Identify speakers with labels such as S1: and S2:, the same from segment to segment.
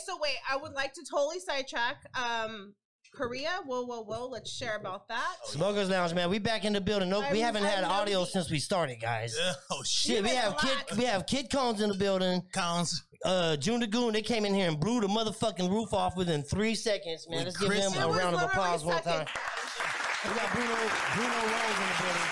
S1: so wait, I would like to totally sidetrack. Um, Korea, whoa, whoa, whoa. Let's share about that.
S2: Oh,
S3: Smokers Lounge, man. We back in the building. No, we
S1: I'm-
S3: haven't had
S1: I'm
S3: audio
S1: nosy.
S3: since we started, guys.
S2: Oh shit,
S3: Shit, we
S1: You've
S3: have
S1: been a
S3: kid, we have kid cones in the building.
S2: Collins.
S3: Uh, June the Goon, they came in here and blew the motherfucking roof off within three seconds, man.
S2: With
S3: Let's give
S2: Chris-
S3: him
S1: It
S3: a
S1: was
S3: round of
S1: literally
S3: applause one time.
S1: seconds.
S3: We got Bruno Bruno Rose in the building.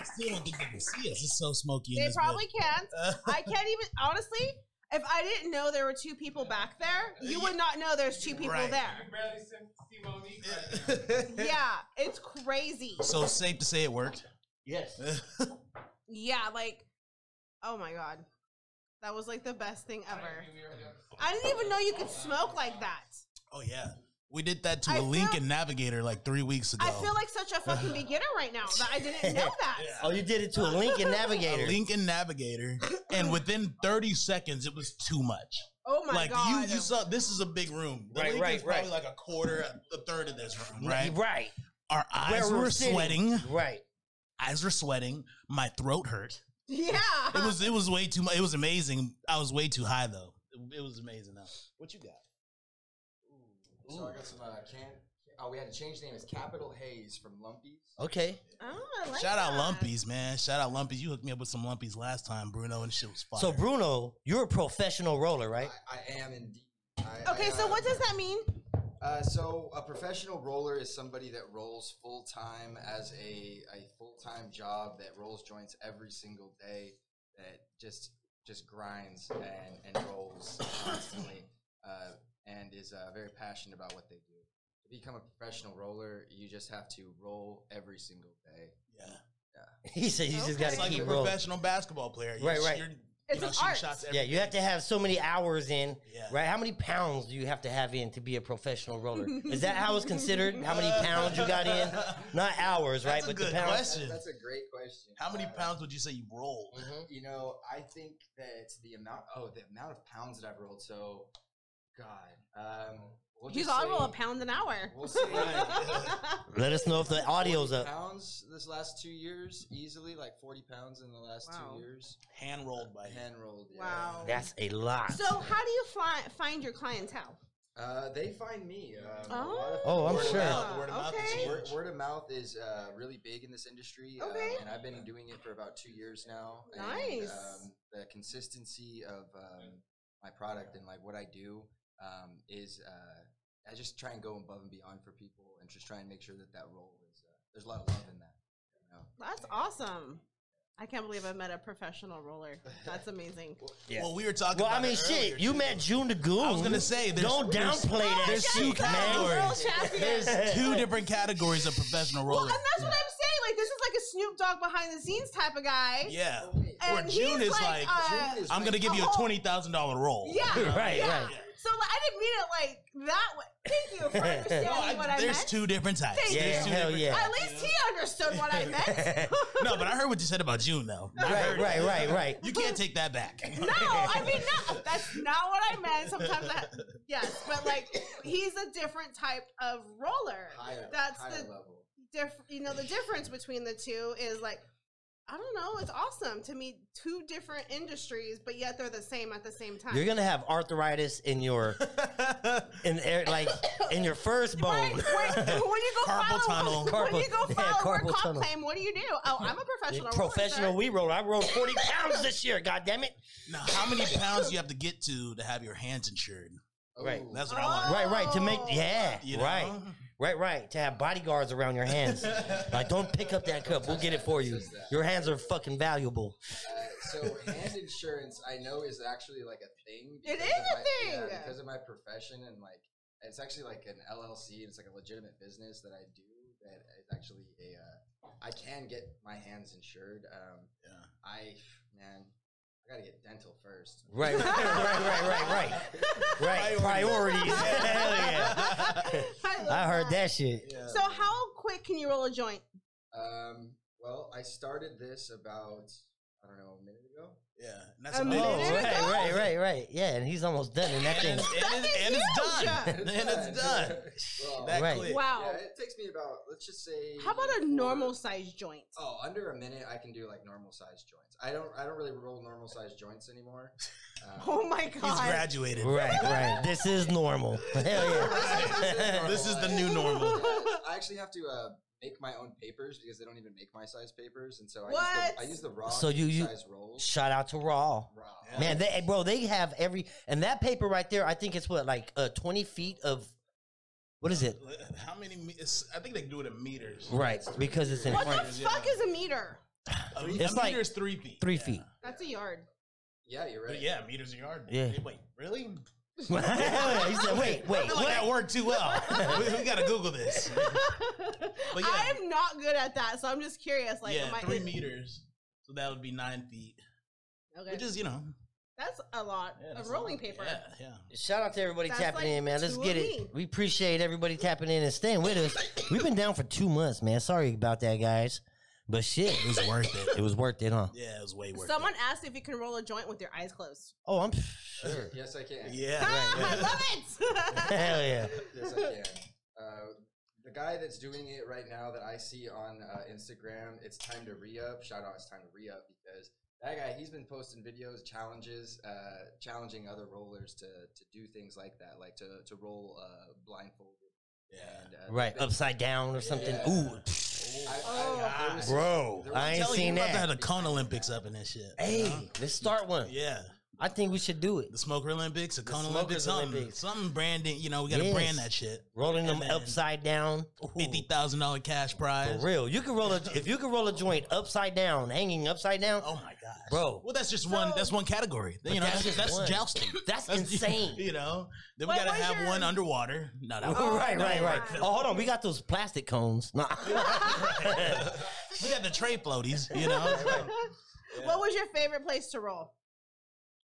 S2: I still don't think they can see us. It's so smoky. in
S1: They
S2: this
S1: probably
S2: building.
S1: can't.
S2: Uh,
S1: I can't even honestly. If I didn't know there were two people back there, you would not know there's two people
S2: Right.
S1: there.
S4: barely see Monique right now.
S1: Yeah, it's crazy.
S2: so safe to say it worked.
S3: Yes.
S1: Yeah, like, oh my god, that was like the best thing ever.
S4: We already have
S1: I didn't even know you could smoke like that.
S2: oh yeah, we did that to
S1: I
S2: a Lincoln
S1: feel-
S2: Navigator like three weeks ago.
S1: I feel like such a fucking beginner right now that I didn't know that.
S3: Oh, you did it to a Lincoln Navigator.
S2: a Lincoln Navigator, and within 30 seconds, it was too much.
S1: Oh my
S2: like
S1: god.
S2: you, you saw this is a big room. The
S3: Right, right,
S2: Lincoln's
S3: right.
S2: Probably like a quarter, a third of this room,
S3: right.
S2: right?
S3: Right.
S2: Our eyes
S3: we
S2: were,
S3: were sitting.
S2: sweating.
S3: Right.
S2: Eyes were sweating. My throat hurt.
S1: yeah.
S2: It was it was way too much. It was amazing. I was way too high though. It, it was amazing though. What you got?
S4: So I got some uh, can. Oh, we had to change the name. It's Capital Haze from Lumpy's.
S3: Okay.
S1: Oh, I like
S2: Shout out
S1: that.
S2: Lumpies, man. Shout out Lumpies. You hooked me up with some Lumpies last time, Bruno, and shit was fire.
S3: So Bruno, you're a professional roller, right?
S4: I, I am indeed. I,
S1: Okay,
S4: I,
S1: so
S4: uh,
S1: what does that mean?
S4: Uh, so a professional roller is somebody that rolls full time as a, a full time job that rolls joints every single day that just just grinds and, and rolls constantly uh, and is uh, very passionate about what they do. To become a professional roller, you just have to roll every single day.
S2: yeah.
S3: He said you just
S1: Okay.
S3: got
S2: It's
S3: to
S2: like a
S3: keep rolling.
S2: professional basketball player.
S3: Right, right.
S2: You're, you
S1: It's
S2: know,
S1: an
S2: shooting
S1: art.
S2: shots every
S3: Yeah, you have to have so many hours in,
S2: Yeah.
S3: right? How many pounds do you have to have in to be a professional roller? Is that how it's considered? How many pounds you got in? Not hours, right?
S2: That's a
S3: the
S2: good
S3: pounds.
S2: question.
S4: That's, that's a great question.
S2: How many
S4: Uh,
S2: pounds would you say you rolled?
S4: You know, I think that the amount oh the amount of pounds that I've rolled. So, God, um, we'll
S1: He's
S4: just
S1: all
S4: say-
S1: roll a pound an hour.
S4: We'll say
S3: Let us know if the audio's up.
S4: pounds this last two years easily, like forty pounds in the last
S1: Wow.
S4: two years.
S2: Hand rolled by hand.
S4: Hand rolled. Yeah.
S1: Wow.
S3: That's a lot.
S1: so how do you fi- find your clientele?
S4: Uh, they find me. Um, a lot
S1: Oh,
S4: of
S3: Oh, I'm
S4: people-
S2: Word of
S3: sure.
S2: mouth, word of mouth is
S1: Okay.
S2: huge.
S4: Word, word of mouth is uh, really big in this industry, um,
S1: Okay.
S4: and I've been doing it for about two years now. and,
S1: Nice.
S4: um, the consistency of um, my product and like what I do um, is uh, I just try and go above and beyond for people, and just try and make sure that that role is. Uh, there's a lot of love in that. You know?
S1: That's awesome. I can't believe I met a professional roller. That's amazing.
S3: Yeah.
S2: Well, we were talking.
S3: Well, I
S2: about
S3: mean,
S2: it
S3: shit,
S2: earlier,
S3: you
S2: too.
S3: met June the Goon.
S2: I was gonna say, there's-
S3: don't downplay that.
S2: there's
S3: shit,
S2: two
S1: Shut up,
S3: man.
S2: categories.
S1: Oh, world champion.
S2: two different categories of professional
S1: Well,
S2: roller.
S1: and that's what I'm saying. Like this is like a Snoop Dogg behind the scenes type of guy.
S2: Yeah.
S1: And
S2: Where June
S1: he's
S2: is like,
S1: uh,
S4: June is
S2: Uh, I'm
S4: like-
S2: gonna give you a twenty thousand dollar roll.
S1: yeah,
S3: Right,
S1: yeah.
S3: right.
S1: So like, I didn't mean it like that way. Thank you for understanding
S2: No, I-
S1: what I
S2: there's
S1: meant.
S2: two different types.
S1: Thank
S3: Yeah,
S2: There's two
S3: hell
S2: different-
S3: yeah.
S1: At least he understood what I meant.
S2: No, but I heard what you said about June though. I
S3: right,
S2: heard it.
S3: right, right, right.
S2: You can't take that back.
S1: No, I mean no. That's not what I meant. Sometimes that yes, but like he's a different type of roller.
S4: Higher,
S1: That's
S4: higher
S1: the
S4: level.
S1: diff. You know, the difference between the two is like I don't know. It's awesome to meet two different industries, but yet they're the same at the same time.
S3: You're gonna have arthritis in your in air, like in your first
S1: Right,
S3: bone.
S1: when, when you go
S2: Carpal
S1: file,
S2: tunnel.
S1: when you go
S3: Carpal- yeah,
S1: file a work
S3: carpal
S1: comp
S3: tunnel.
S1: claim, what do you do? Oh, I'm a professional. roller,
S3: Professional
S1: sir.
S3: we roller. I rolled forty pounds this year. God damn it!
S2: now, how many pounds do you have to get to to have your hands insured?
S3: Right.
S4: Ooh.
S2: That's what I want.
S3: Right, right. To make
S1: Oh.
S3: yeah,
S2: You know?
S3: right, right, right. To have bodyguards around your hands. like, don't pick up that cup. We'll get it for you. Your hands are fucking valuable.
S4: Uh, so hand insurance, I know, is actually like a thing.
S1: It
S4: because
S1: is
S4: of
S1: a
S4: my-
S1: thing!
S4: yeah, because of my profession and like it's actually like an LLC. It's like a legitimate business that I do. That is actually a. Uh, I can get my hands insured. Um,
S2: Yeah.
S4: I man, I gotta get dental first.
S3: Right, right, right, right, right, right. Priorities. Hell yeah.
S1: I, love
S3: I heard that shit.
S2: Yeah.
S1: So, how quick can you roll a joint?
S4: Um, well, I started this about I don't know, a minute ago.
S2: Yeah, and that's
S1: A
S2: a big
S1: minute
S3: Oh,
S2: one.
S1: ago?
S3: right, right, right, right. Yeah, and he's almost done, and that
S2: And,
S3: thing.
S2: it's- and it's- and it's done.
S1: That
S2: And it's done.
S4: Well,
S2: That
S3: Right.
S2: quick.
S1: Wow.
S4: yeah, it takes me about let's just say.
S1: How about a
S4: four-
S1: normal size joint?
S4: Oh, under a minute, I can do like normal size joints. I don't. I don't really roll normal size joints anymore. Um,
S1: Oh my
S2: He's
S1: god.
S2: graduated.
S3: Right, right. This is normal. Hell yeah.
S2: Oh, This is the new normal.
S4: I actually have to uh, make my own papers because they don't even make my size papers, and so I use
S1: What?
S4: the, I use the raw
S3: So you- you-
S4: size rolls.
S3: Shout out to Raw.
S4: Raw.
S2: Yeah.
S3: Man, they, bro, they have every and that paper right there. I think it's what like uh, twenty feet of what is it?
S2: How many? me- it's- I think they do it in meters.
S3: Right, because it's in
S1: What the
S2: Pointers, yeah.
S1: fuck is a meter?
S2: A,
S4: Three
S2: a
S3: feet. It's like
S2: meter is three feet.
S3: three
S2: Yeah.
S3: feet.
S1: That's a yard.
S4: Yeah, you're
S2: But
S4: right.
S2: yeah, meters a yard.
S3: Yeah.
S2: Hey, Wait, really?
S3: he said, "Wait,
S2: I
S3: wait,
S2: feel like that
S3: what?"
S2: worked too well. we, we gotta Google this. But yeah.
S1: I'm not good at that, so I'm just curious. Like,
S2: yeah,
S1: am I,
S2: three meters. So that would be nine feet,
S1: Okay.
S2: which is you know
S1: that's a lot
S2: yeah,
S1: of
S2: that's a
S1: rolling
S2: lot.
S1: paper.
S2: Yeah, yeah.
S3: Shout out to everybody
S1: That's
S3: tapping
S1: like
S3: in, man. Let's
S1: two
S3: get
S1: of
S3: it.
S1: me.
S3: We appreciate everybody tapping in and staying with us. We've been down for two months, man. Sorry about that, guys. But shit,
S2: It was worth it.
S3: it was worth it, huh?
S2: Yeah, it was way worth
S1: Someone asked if you can roll a joint with your eyes closed.
S3: Oh, I'm sure.
S4: Yes, I can.
S2: it. Yeah.
S1: Ah,
S2: right.
S1: I love it.
S3: Hell yeah.
S4: Yes, I can. Uh, the guy that's doing it right now that I see on uh, Instagram, it's time to re up. Shout out, it's time to re up because that guy, he's been posting videos, challenges, uh, challenging other rollers to, to do things like that, like to, to roll uh, blindfolded.
S2: Yeah.
S4: And, uh,
S3: Right,
S4: they-
S3: upside down or something.
S4: Yeah.
S3: Ooh,
S4: I- I-
S1: Oh.
S4: there was-
S3: bro,
S4: there was-
S3: I ain't
S2: Telling you,
S3: seen
S2: we about to
S3: that.
S2: have the Cone Olympics up in this shit.
S3: Hey,
S2: you know?
S3: let's start one.
S2: yeah,
S3: I think we should do it.
S2: the Smoker Olympics, the Cone
S3: Smokers
S2: Olympics, something,
S3: Olympics.
S2: something branding. You know, we gotta
S3: Yes.
S2: brand that shit.
S3: Rolling them
S2: And then-
S3: upside down. Ooh,
S2: Fifty thousand dollar cash prize.
S3: For real. You can roll a if you can roll a joint upside down, hanging upside down.
S2: Oh my gosh,
S3: Bro.
S2: Well, that's just one.
S1: So-
S2: That's one category. You know,
S3: that's
S2: that's,
S3: just
S2: that's
S3: one.
S2: jousting.
S3: That's
S2: That's-
S3: insane.
S2: You know, then
S1: Wait,
S2: we gotta
S1: where's
S2: have
S1: your-
S2: one underwater. No, that
S1: Oh,
S3: right, right,
S1: no.
S3: right. Oh, hold on. We got those plastic cones. Nah.
S2: we got the tray floaties. You know,
S1: What was your favorite place to roll?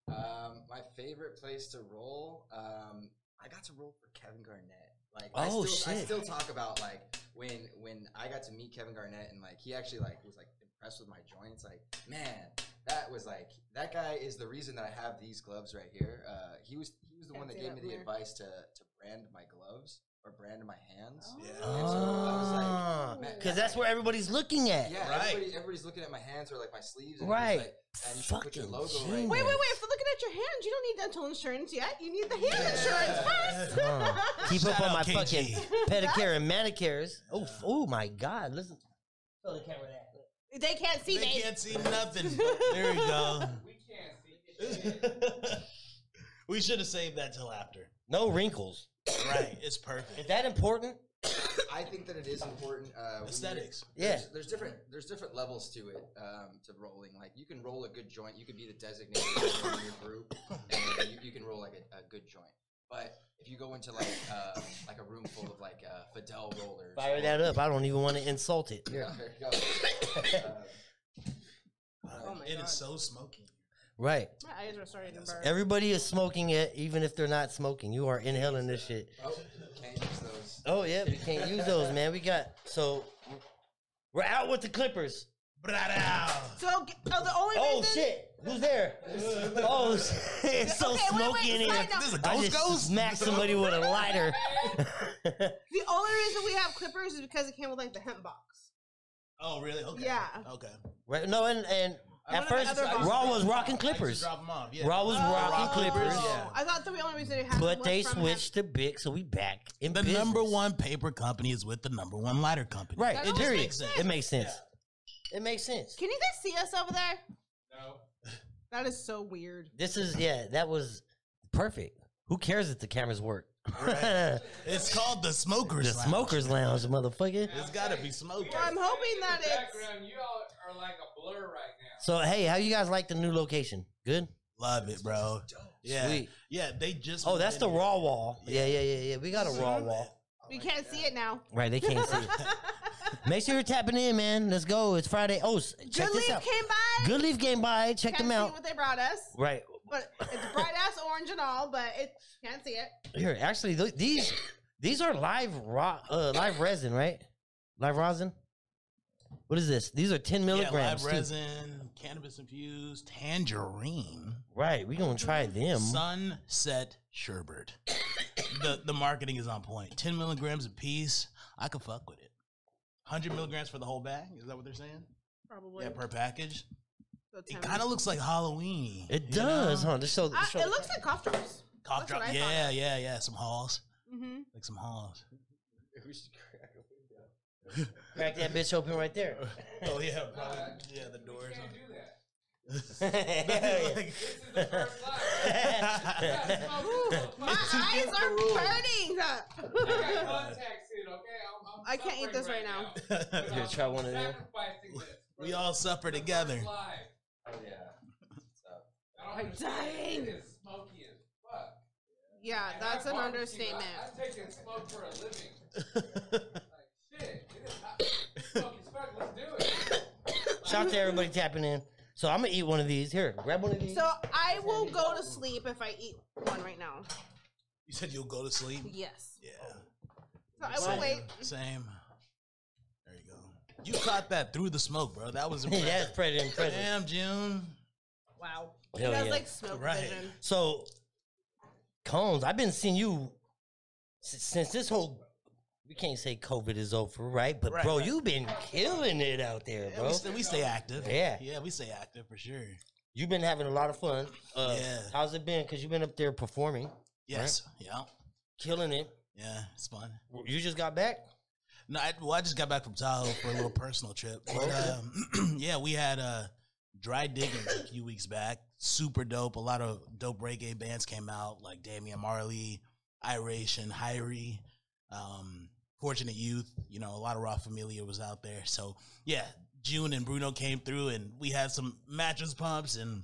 S4: Um, my favorite place to roll, um, I got to roll for Kevin Garnett. Like, I
S3: Oh,
S4: still, I
S3: shit.
S4: still talk about like when when I got to meet Kevin Garnett and like he actually like was like impressed with my joints. Like, man, that was like that guy is the reason that I have these gloves right here. Uh, he was he was the one
S1: Can't
S4: that
S1: see
S4: gave
S1: that
S4: me the
S1: mirror.
S4: advice to to brand my gloves or brand my hands.
S2: Yeah.
S3: Oh,
S4: And so I was like,
S1: like-
S3: Because Ah, that's where everybody's looking at.
S4: yeah,
S2: Right.
S4: everybody, everybody's looking at my hands or like my sleeves. And
S3: Right.
S4: right. Like, and you should put your
S3: Fucking
S4: logo right
S1: Wait,
S3: genius.
S1: wait,
S4: there."
S1: wait. If you're looking at your hands, you don't need dental insurance yet. You need the hand insurance first.
S3: Huh. Keep
S2: Shout
S3: up on
S2: out
S3: my
S2: KG.
S3: fucking pedicure and manicures. Oh, f- oh my God. Listen. Throw the camera there.
S1: They can't see
S2: they
S1: me.
S2: can't see nothing. There you go. We can't see. we should have saved that till after.
S3: No wrinkles.
S2: Right, it's
S3: Is
S2: perfect.
S3: that important?
S4: I think that it is important. Uh, when
S2: Aesthetics.
S4: you're- There's,
S3: Yeah.
S4: there's different there's different levels to it um, to rolling. Like you can roll a good joint. You could be the designated roller in your group, and you, you can roll like a, a good joint. But if you go into like uh, like a room full of like uh, Fidel rollers,
S3: Fire
S4: or-
S3: that up. I don't even want to insult it.
S4: Yeah, there you go. Um,
S1: Oh my
S2: It is
S1: God.
S2: Uh, so smoky.
S3: Right.
S1: My eyes are starting to burn.
S3: Everybody is smoking it, even if they're not smoking. You are inhaling this shit.
S4: oh, can't use those.
S3: Oh yeah, we can't use those, man. We got so we're out with the Clippers.
S2: Bra-dow.
S1: So g- oh, the only
S3: Oh
S1: reason
S3: shit, who's there? Oh, shit. it's so
S1: Okay, wait,
S3: smoky
S1: wait,
S3: in here.
S1: sign up.
S2: This is a
S3: I
S2: ghost
S3: just
S2: ghost.
S3: smacked somebody with a lighter.
S1: the only reason we have clippers is because it came with like the hemp box.
S2: Oh, really? Okay.
S1: Yeah.
S2: Okay.
S3: right? No, and and
S2: I
S3: at
S2: wonder
S3: first
S2: if other
S3: Raw
S2: boxes-
S3: was rocking
S2: I used to
S3: Clippers.
S2: Drop them off. Yeah.
S3: Raw was
S1: Oh.
S3: rocking Clippers,
S2: yeah.
S1: I thought that the only reason it happened
S3: but
S1: was
S3: they
S1: from
S3: switched to Bic, so we back in
S2: The number
S3: business.
S2: one paper company is with the number one lighter company.
S3: Right,
S1: That
S3: it
S1: almost
S3: period.
S1: makes sense.
S3: It makes sense. It makes sense.
S1: Hemp. Can you guys see us over there?
S4: No.
S1: That is so weird.
S3: This is yeah, that was perfect. Who cares if the cameras work?
S2: It's called the Smokers.
S3: the
S2: Lounge.
S3: smokers lounge, motherfucker.
S2: It's gotta be smokers.
S1: Well, I'm hoping that it's.
S5: background, you all are like a blur right now.
S3: So hey, how you guys like the new location? Good.
S2: Love it, bro. Yeah.
S3: Sweet.
S2: Yeah. They just.
S3: Oh, that's the
S2: moved in
S3: raw wall. Yeah, yeah, yeah, yeah. We got a raw wall.
S1: We can't see it now.
S3: Right, they can't see. it. Make sure you're tapping in, man. Let's go. It's Friday. Oh, s- check
S1: Good Leaf
S3: this
S1: came
S3: out.
S1: by.
S3: Good Leaf came by. Check
S1: can't
S3: them
S1: see
S3: out.
S1: what they brought us.
S3: Right
S1: But it's bright ass orange and all, but it can't see it.
S3: here. Actually, th- these these are live raw, uh, live resin, right? Live rosin. What is this? These are ten
S2: here.
S3: milligrams.
S2: Yeah,
S3: too.
S2: live resin. cannabis infused tangerine,
S3: Right, we gonna try them.
S2: sunset sherbet. the the marketing is on point. Ten milligrams a piece. I could fuck with it. Hundred milligrams for the whole bag. Is that what they're saying?
S1: Probably.
S2: yeah, per package.
S1: So
S2: It
S1: 10.
S2: kind of looks like Halloween.
S3: It
S2: you
S3: does,
S2: know?
S3: huh? Just so,
S1: I,
S3: so
S1: Ah, it looks like cough drops.
S2: Cough
S1: That's
S2: drop.
S1: what I thought.
S2: Yeah, yeah, yeah. Some halls.
S1: Mm-hmm.
S2: Like some halls.
S4: We should crack a window.
S3: crack that bitch open right there.
S2: Oh yeah, probably.
S1: Uh,
S2: Yeah, the doors.
S5: Can't do that. This
S3: Yeah.
S5: is the first live.
S1: My eyes are burning
S5: I got
S1: up.
S5: contacts in, okay? I'm, I'm
S1: I can't eat this
S5: suffering
S1: right now.
S5: now.
S3: You gonna try one of them?
S5: Sacrificing this for
S2: we
S5: the
S2: all suffer together.
S5: first live.
S4: Oh yeah. uh, So,
S5: I don't
S1: I'm
S5: understand.
S1: dying.
S5: It is smoky as fuck.
S1: yeah,
S5: And I
S1: that's an
S5: barbecue.
S1: understatement.
S5: I, I'm taking smoke for a living. Like, shit, it is hot. Smoke as fuck, let's do it.
S3: Shout out to everybody tapping in. So I'm gonna eat one of these. Here, grab one of these.
S1: So I will go to sleep if I eat one right now.
S2: You said you'll go to sleep.
S1: Oh, Yes.
S2: Yeah.
S1: So I will
S2: Same,
S1: wait.
S2: Same. There you go. You caught that through the smoke, bro. That was impressive.
S3: That's pretty impressive.
S2: Damn, June.
S1: Wow.
S3: Hell
S1: you guys
S3: yeah.
S1: like smoke
S2: Right.
S1: vision.
S3: So, Combs, I've been seeing you s- since this whole. We can't say COVID is over, right? But
S2: Right,
S3: bro,
S2: right.
S3: you've been killing it out there,
S2: Yeah,
S3: bro.
S2: we, stay, we stay active.
S3: Yeah.
S2: Yeah, we stay active for sure.
S3: You've been having a lot of fun. Uh,
S2: Yeah.
S3: How's it been? Cause you've been up there performing,
S2: Yes. Yeah.
S3: killing it.
S2: Yeah. It's fun.
S3: You just got back.
S2: No, I, well, I just got back from Tahoe for a little personal trip. But, um, yeah, we had uh, Dry Diggings a few weeks back. Super dope. A lot of dope reggae bands came out, like Damian Marley, Iration, Hyrie, um, Fortunate Youth. You know, a lot of Raw Familia was out there. So, yeah, June and Bruno came through, and we had some mattress pumps and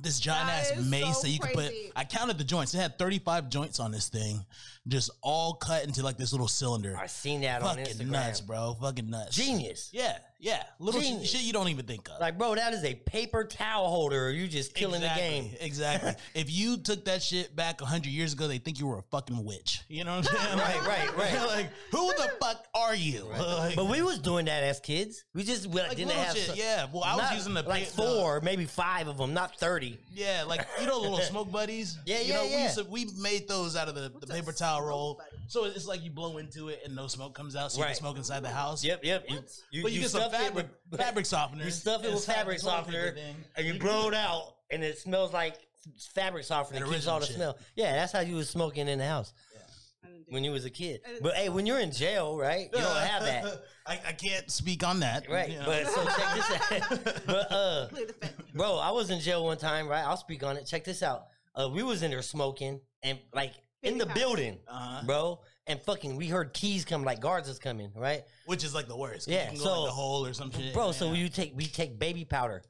S2: this giant
S1: That
S2: ass
S1: is
S2: mace
S1: so
S2: that you could put.
S1: crazy.
S2: I counted the joints. It had 35 joints on this thing, just all cut into like this little cylinder
S3: I seen that on
S2: fucking
S3: Instagram.
S2: nuts, bro. Fucking nuts.
S3: Genius.
S2: Yeah, yeah. Little shit,
S3: Genius.
S2: shit you don't even think of.
S3: Like, bro, that is a paper towel holder. You just killing
S2: Exactly,
S3: the game.
S2: Exactly. if you took that shit back hundred years ago, they think you were a fucking witch. You know what I'm saying?
S3: Right,
S2: Like,
S3: right, right.
S2: like who the fuck are you? Like,
S3: But we was doing that as kids. We just we,
S2: like,
S3: didn't
S2: little
S3: have
S2: shit,
S3: so-
S2: yeah. Well, I was
S3: not-
S2: using the
S3: like
S2: pa- the-
S3: four, maybe five of them, not thirty.
S2: yeah, like you know, the little smoke buddies.
S3: Yeah,
S2: you
S3: yeah,
S2: know,
S3: yeah.
S2: We, used to, we made those out of the, the
S1: a
S2: paper towel
S1: smoke
S2: roll.
S1: buddy?
S2: So it's like you blow into it and no smoke comes out, so you
S3: Right.
S2: can smoke inside the house.
S3: Yep, yep. You, you,
S2: But you,
S3: you
S2: get some
S3: stuff it
S2: fabric,
S3: with-
S2: fabric softener.
S3: You stuff it
S2: and
S3: with
S2: slap the
S3: fabric
S2: toilet paper
S3: softener,
S2: thing.
S3: and you blow it out, and it smells like fabric softener.
S2: That
S3: It keeps all
S2: original
S3: the
S2: shit.
S3: smell. Yeah, that's how you was smoking in the house
S1: I didn't do
S3: when you was a kid.
S1: I didn't-
S3: But hey, when you're in jail, right? You don't have that,
S2: I, I can't speak on that.
S3: right?
S2: you know.
S3: But so check this out. but uh,
S1: it. Play the fit.
S3: bro, I was in jail one time, right? I'll speak on it. Check this out. Uh, we was in there smoking and like in
S1: Baby
S3: the
S1: cow.
S3: building,
S2: Uh-huh.
S3: bro. And fucking, we heard keys come, like guards is coming, right,
S2: which is like the worst. 'cause
S3: Yeah,
S2: you can go
S3: so-
S2: in the hole or some shit,
S3: bro? So
S2: yeah.
S3: you take, we take baby powder,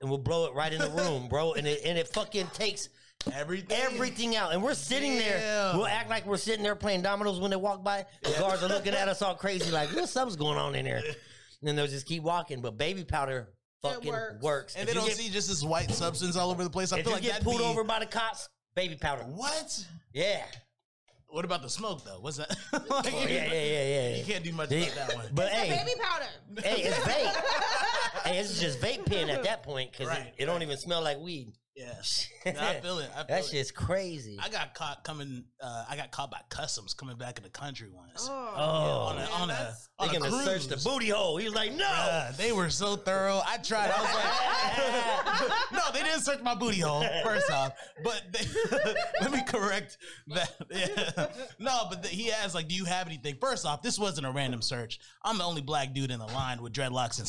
S3: and we'll blow it right in the room, bro. And it and it fucking takes
S2: everything,
S3: everything out. And we're sitting there,
S2: Damn.
S3: we'll act like we're sitting there playing dominoes when they walk by. The guards are looking at us all crazy, like what something's going on in there. And then they'll just keep walking. But baby powder fucking works.
S1: works.
S2: and
S3: If you
S2: they don't
S3: get-
S2: see just this white substance all over the place. I
S3: If
S2: feel
S3: you
S2: like
S3: get
S2: that
S3: pulled
S2: be,
S3: over by the cops, baby powder.
S2: What?
S3: Yeah.
S2: What about the smoke though? What's that? like,
S3: Oh, yeah, yeah, yeah, yeah.
S2: You can't do much
S3: Yeah.
S2: about that one.
S3: But
S1: It's a
S3: hey,
S1: baby powder.
S3: hey, it's vape. hey, it's just vape pen at that point because
S2: Right,
S3: it, it don't even smell like weed.
S2: yeah, Nah, I feel it. I feel
S3: That
S2: it.
S3: shit's crazy.
S2: I got caught coming. Uh, I got caught by customs coming back in the country once.
S1: Oh.
S2: on
S3: oh,
S2: a
S1: man,
S2: on a,
S1: that's-
S2: on
S3: they
S2: a
S3: gonna
S2: cruise.
S3: search the booty hole. He was like, no.
S2: Bruh, they were so thorough. I tried. I was like, no, they didn't search my booty hole. First off, but they, let me correct that. Yeah. No, but the, he asked like, do you have anything? First off, this wasn't a random search. I'm the only black dude in the line with dreadlocks and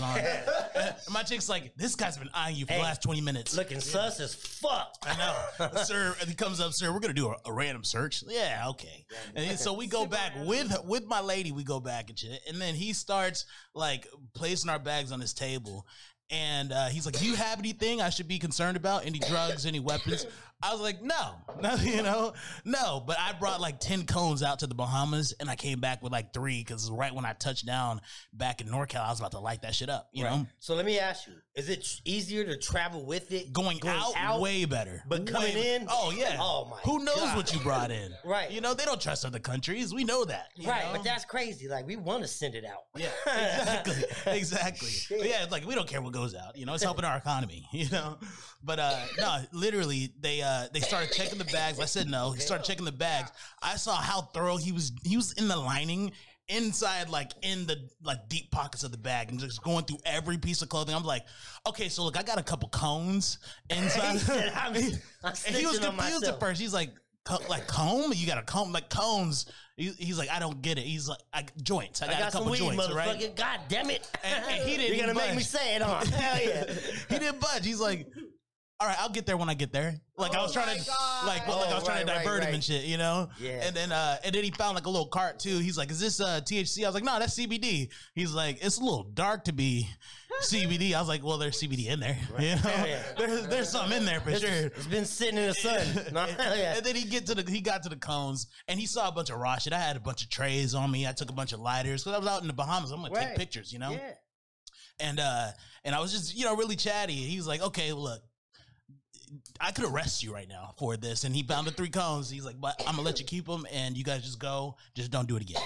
S2: on. And my chick's like, this guy's been eyeing you for
S3: Hey,
S2: the last 20 minutes.
S3: Looking sus as fuck.
S2: I know, sir. And he comes up, sir. We're gonna do a, a random search. Yeah, okay. And so we go back with with my lady. We go back and shit. And then he starts like placing our bags on his table. And uh, he's like, "Do you have anything I should be concerned about? Any drugs? Any weapons?" I was like, "No, no, you know, no." But I brought like ten cones out to the Bahamas, and I came back with like three because right when I touched down back in NorCal, I was about to light that shit up. You
S3: Right.
S2: know,
S3: So let me ask you: Is it ch- easier to travel with it
S2: going, out, way better.
S3: but coming
S2: Way-
S3: in?
S2: oh yeah.
S3: Oh my.
S2: Who knows
S3: God.
S2: what you brought in?
S3: Right.
S2: You know, they don't trust other countries. We know that. you
S3: Right,
S2: know?
S3: but that's crazy. Like we want to send it out.
S2: Yeah, exactly. exactly. But yeah, it's like we don't care what goes out. You know, it's helping our economy. You know, but uh, no, literally they uh they started checking the bags. I said no. He started checking the bags. I saw how thorough he was. He was in the lining. Inside, like in the like deep pockets of the bag, and just going through every piece of clothing. I'm like, okay, so look, I got a couple cones inside.
S3: He said, "I'm- I'm
S2: and he was
S3: snitching on
S2: confused at
S3: myself."
S2: first. He's like, co- like comb? You got a comb? Like cones? He- he's like, I don't get it. He's like, I, joints. I
S3: I
S2: got,
S3: got
S2: a
S3: some
S2: couple
S3: weed,
S2: joints,
S3: motherfucker.
S2: right?
S3: God damn it.
S2: And- and he didn't
S3: You're going to make
S2: budge.
S3: me say it, huh? Hell yeah.
S2: he didn't budge. He's like, all right, I'll get there when I get there. Like I
S1: Oh
S2: was trying
S1: my
S2: to,
S1: God.
S2: like, well, like I was
S3: Oh,
S2: trying to
S3: right, right,
S2: divert him
S3: right.
S2: and shit, you know.
S3: Yeah.
S2: And then, uh, and then he found like a little cart too. He's like, is this uh, THC? I was like, no, that's CBD. He's like, it's a little dark to be CBD. I was like, well, there's CBD in there. You know,
S3: Yeah.
S2: there's there's some in there for
S3: It's-
S2: sure.
S3: it's been sitting in the sun. No, hell oh, yeah.
S2: And then he get to the he got to the cones and he saw a bunch of raw shit. I had a bunch of trays on me. I took a bunch of lighters because I was out in the Bahamas. I'm gonna
S3: Right.
S2: take pictures, you know.
S3: Yeah.
S2: And uh and I was just you know really chatty. And he was like, okay, look. I could arrest you right now for this, and he bound the three cones. He's like, "But I'm gonna let you keep them, and you guys just go. Just don't do it again."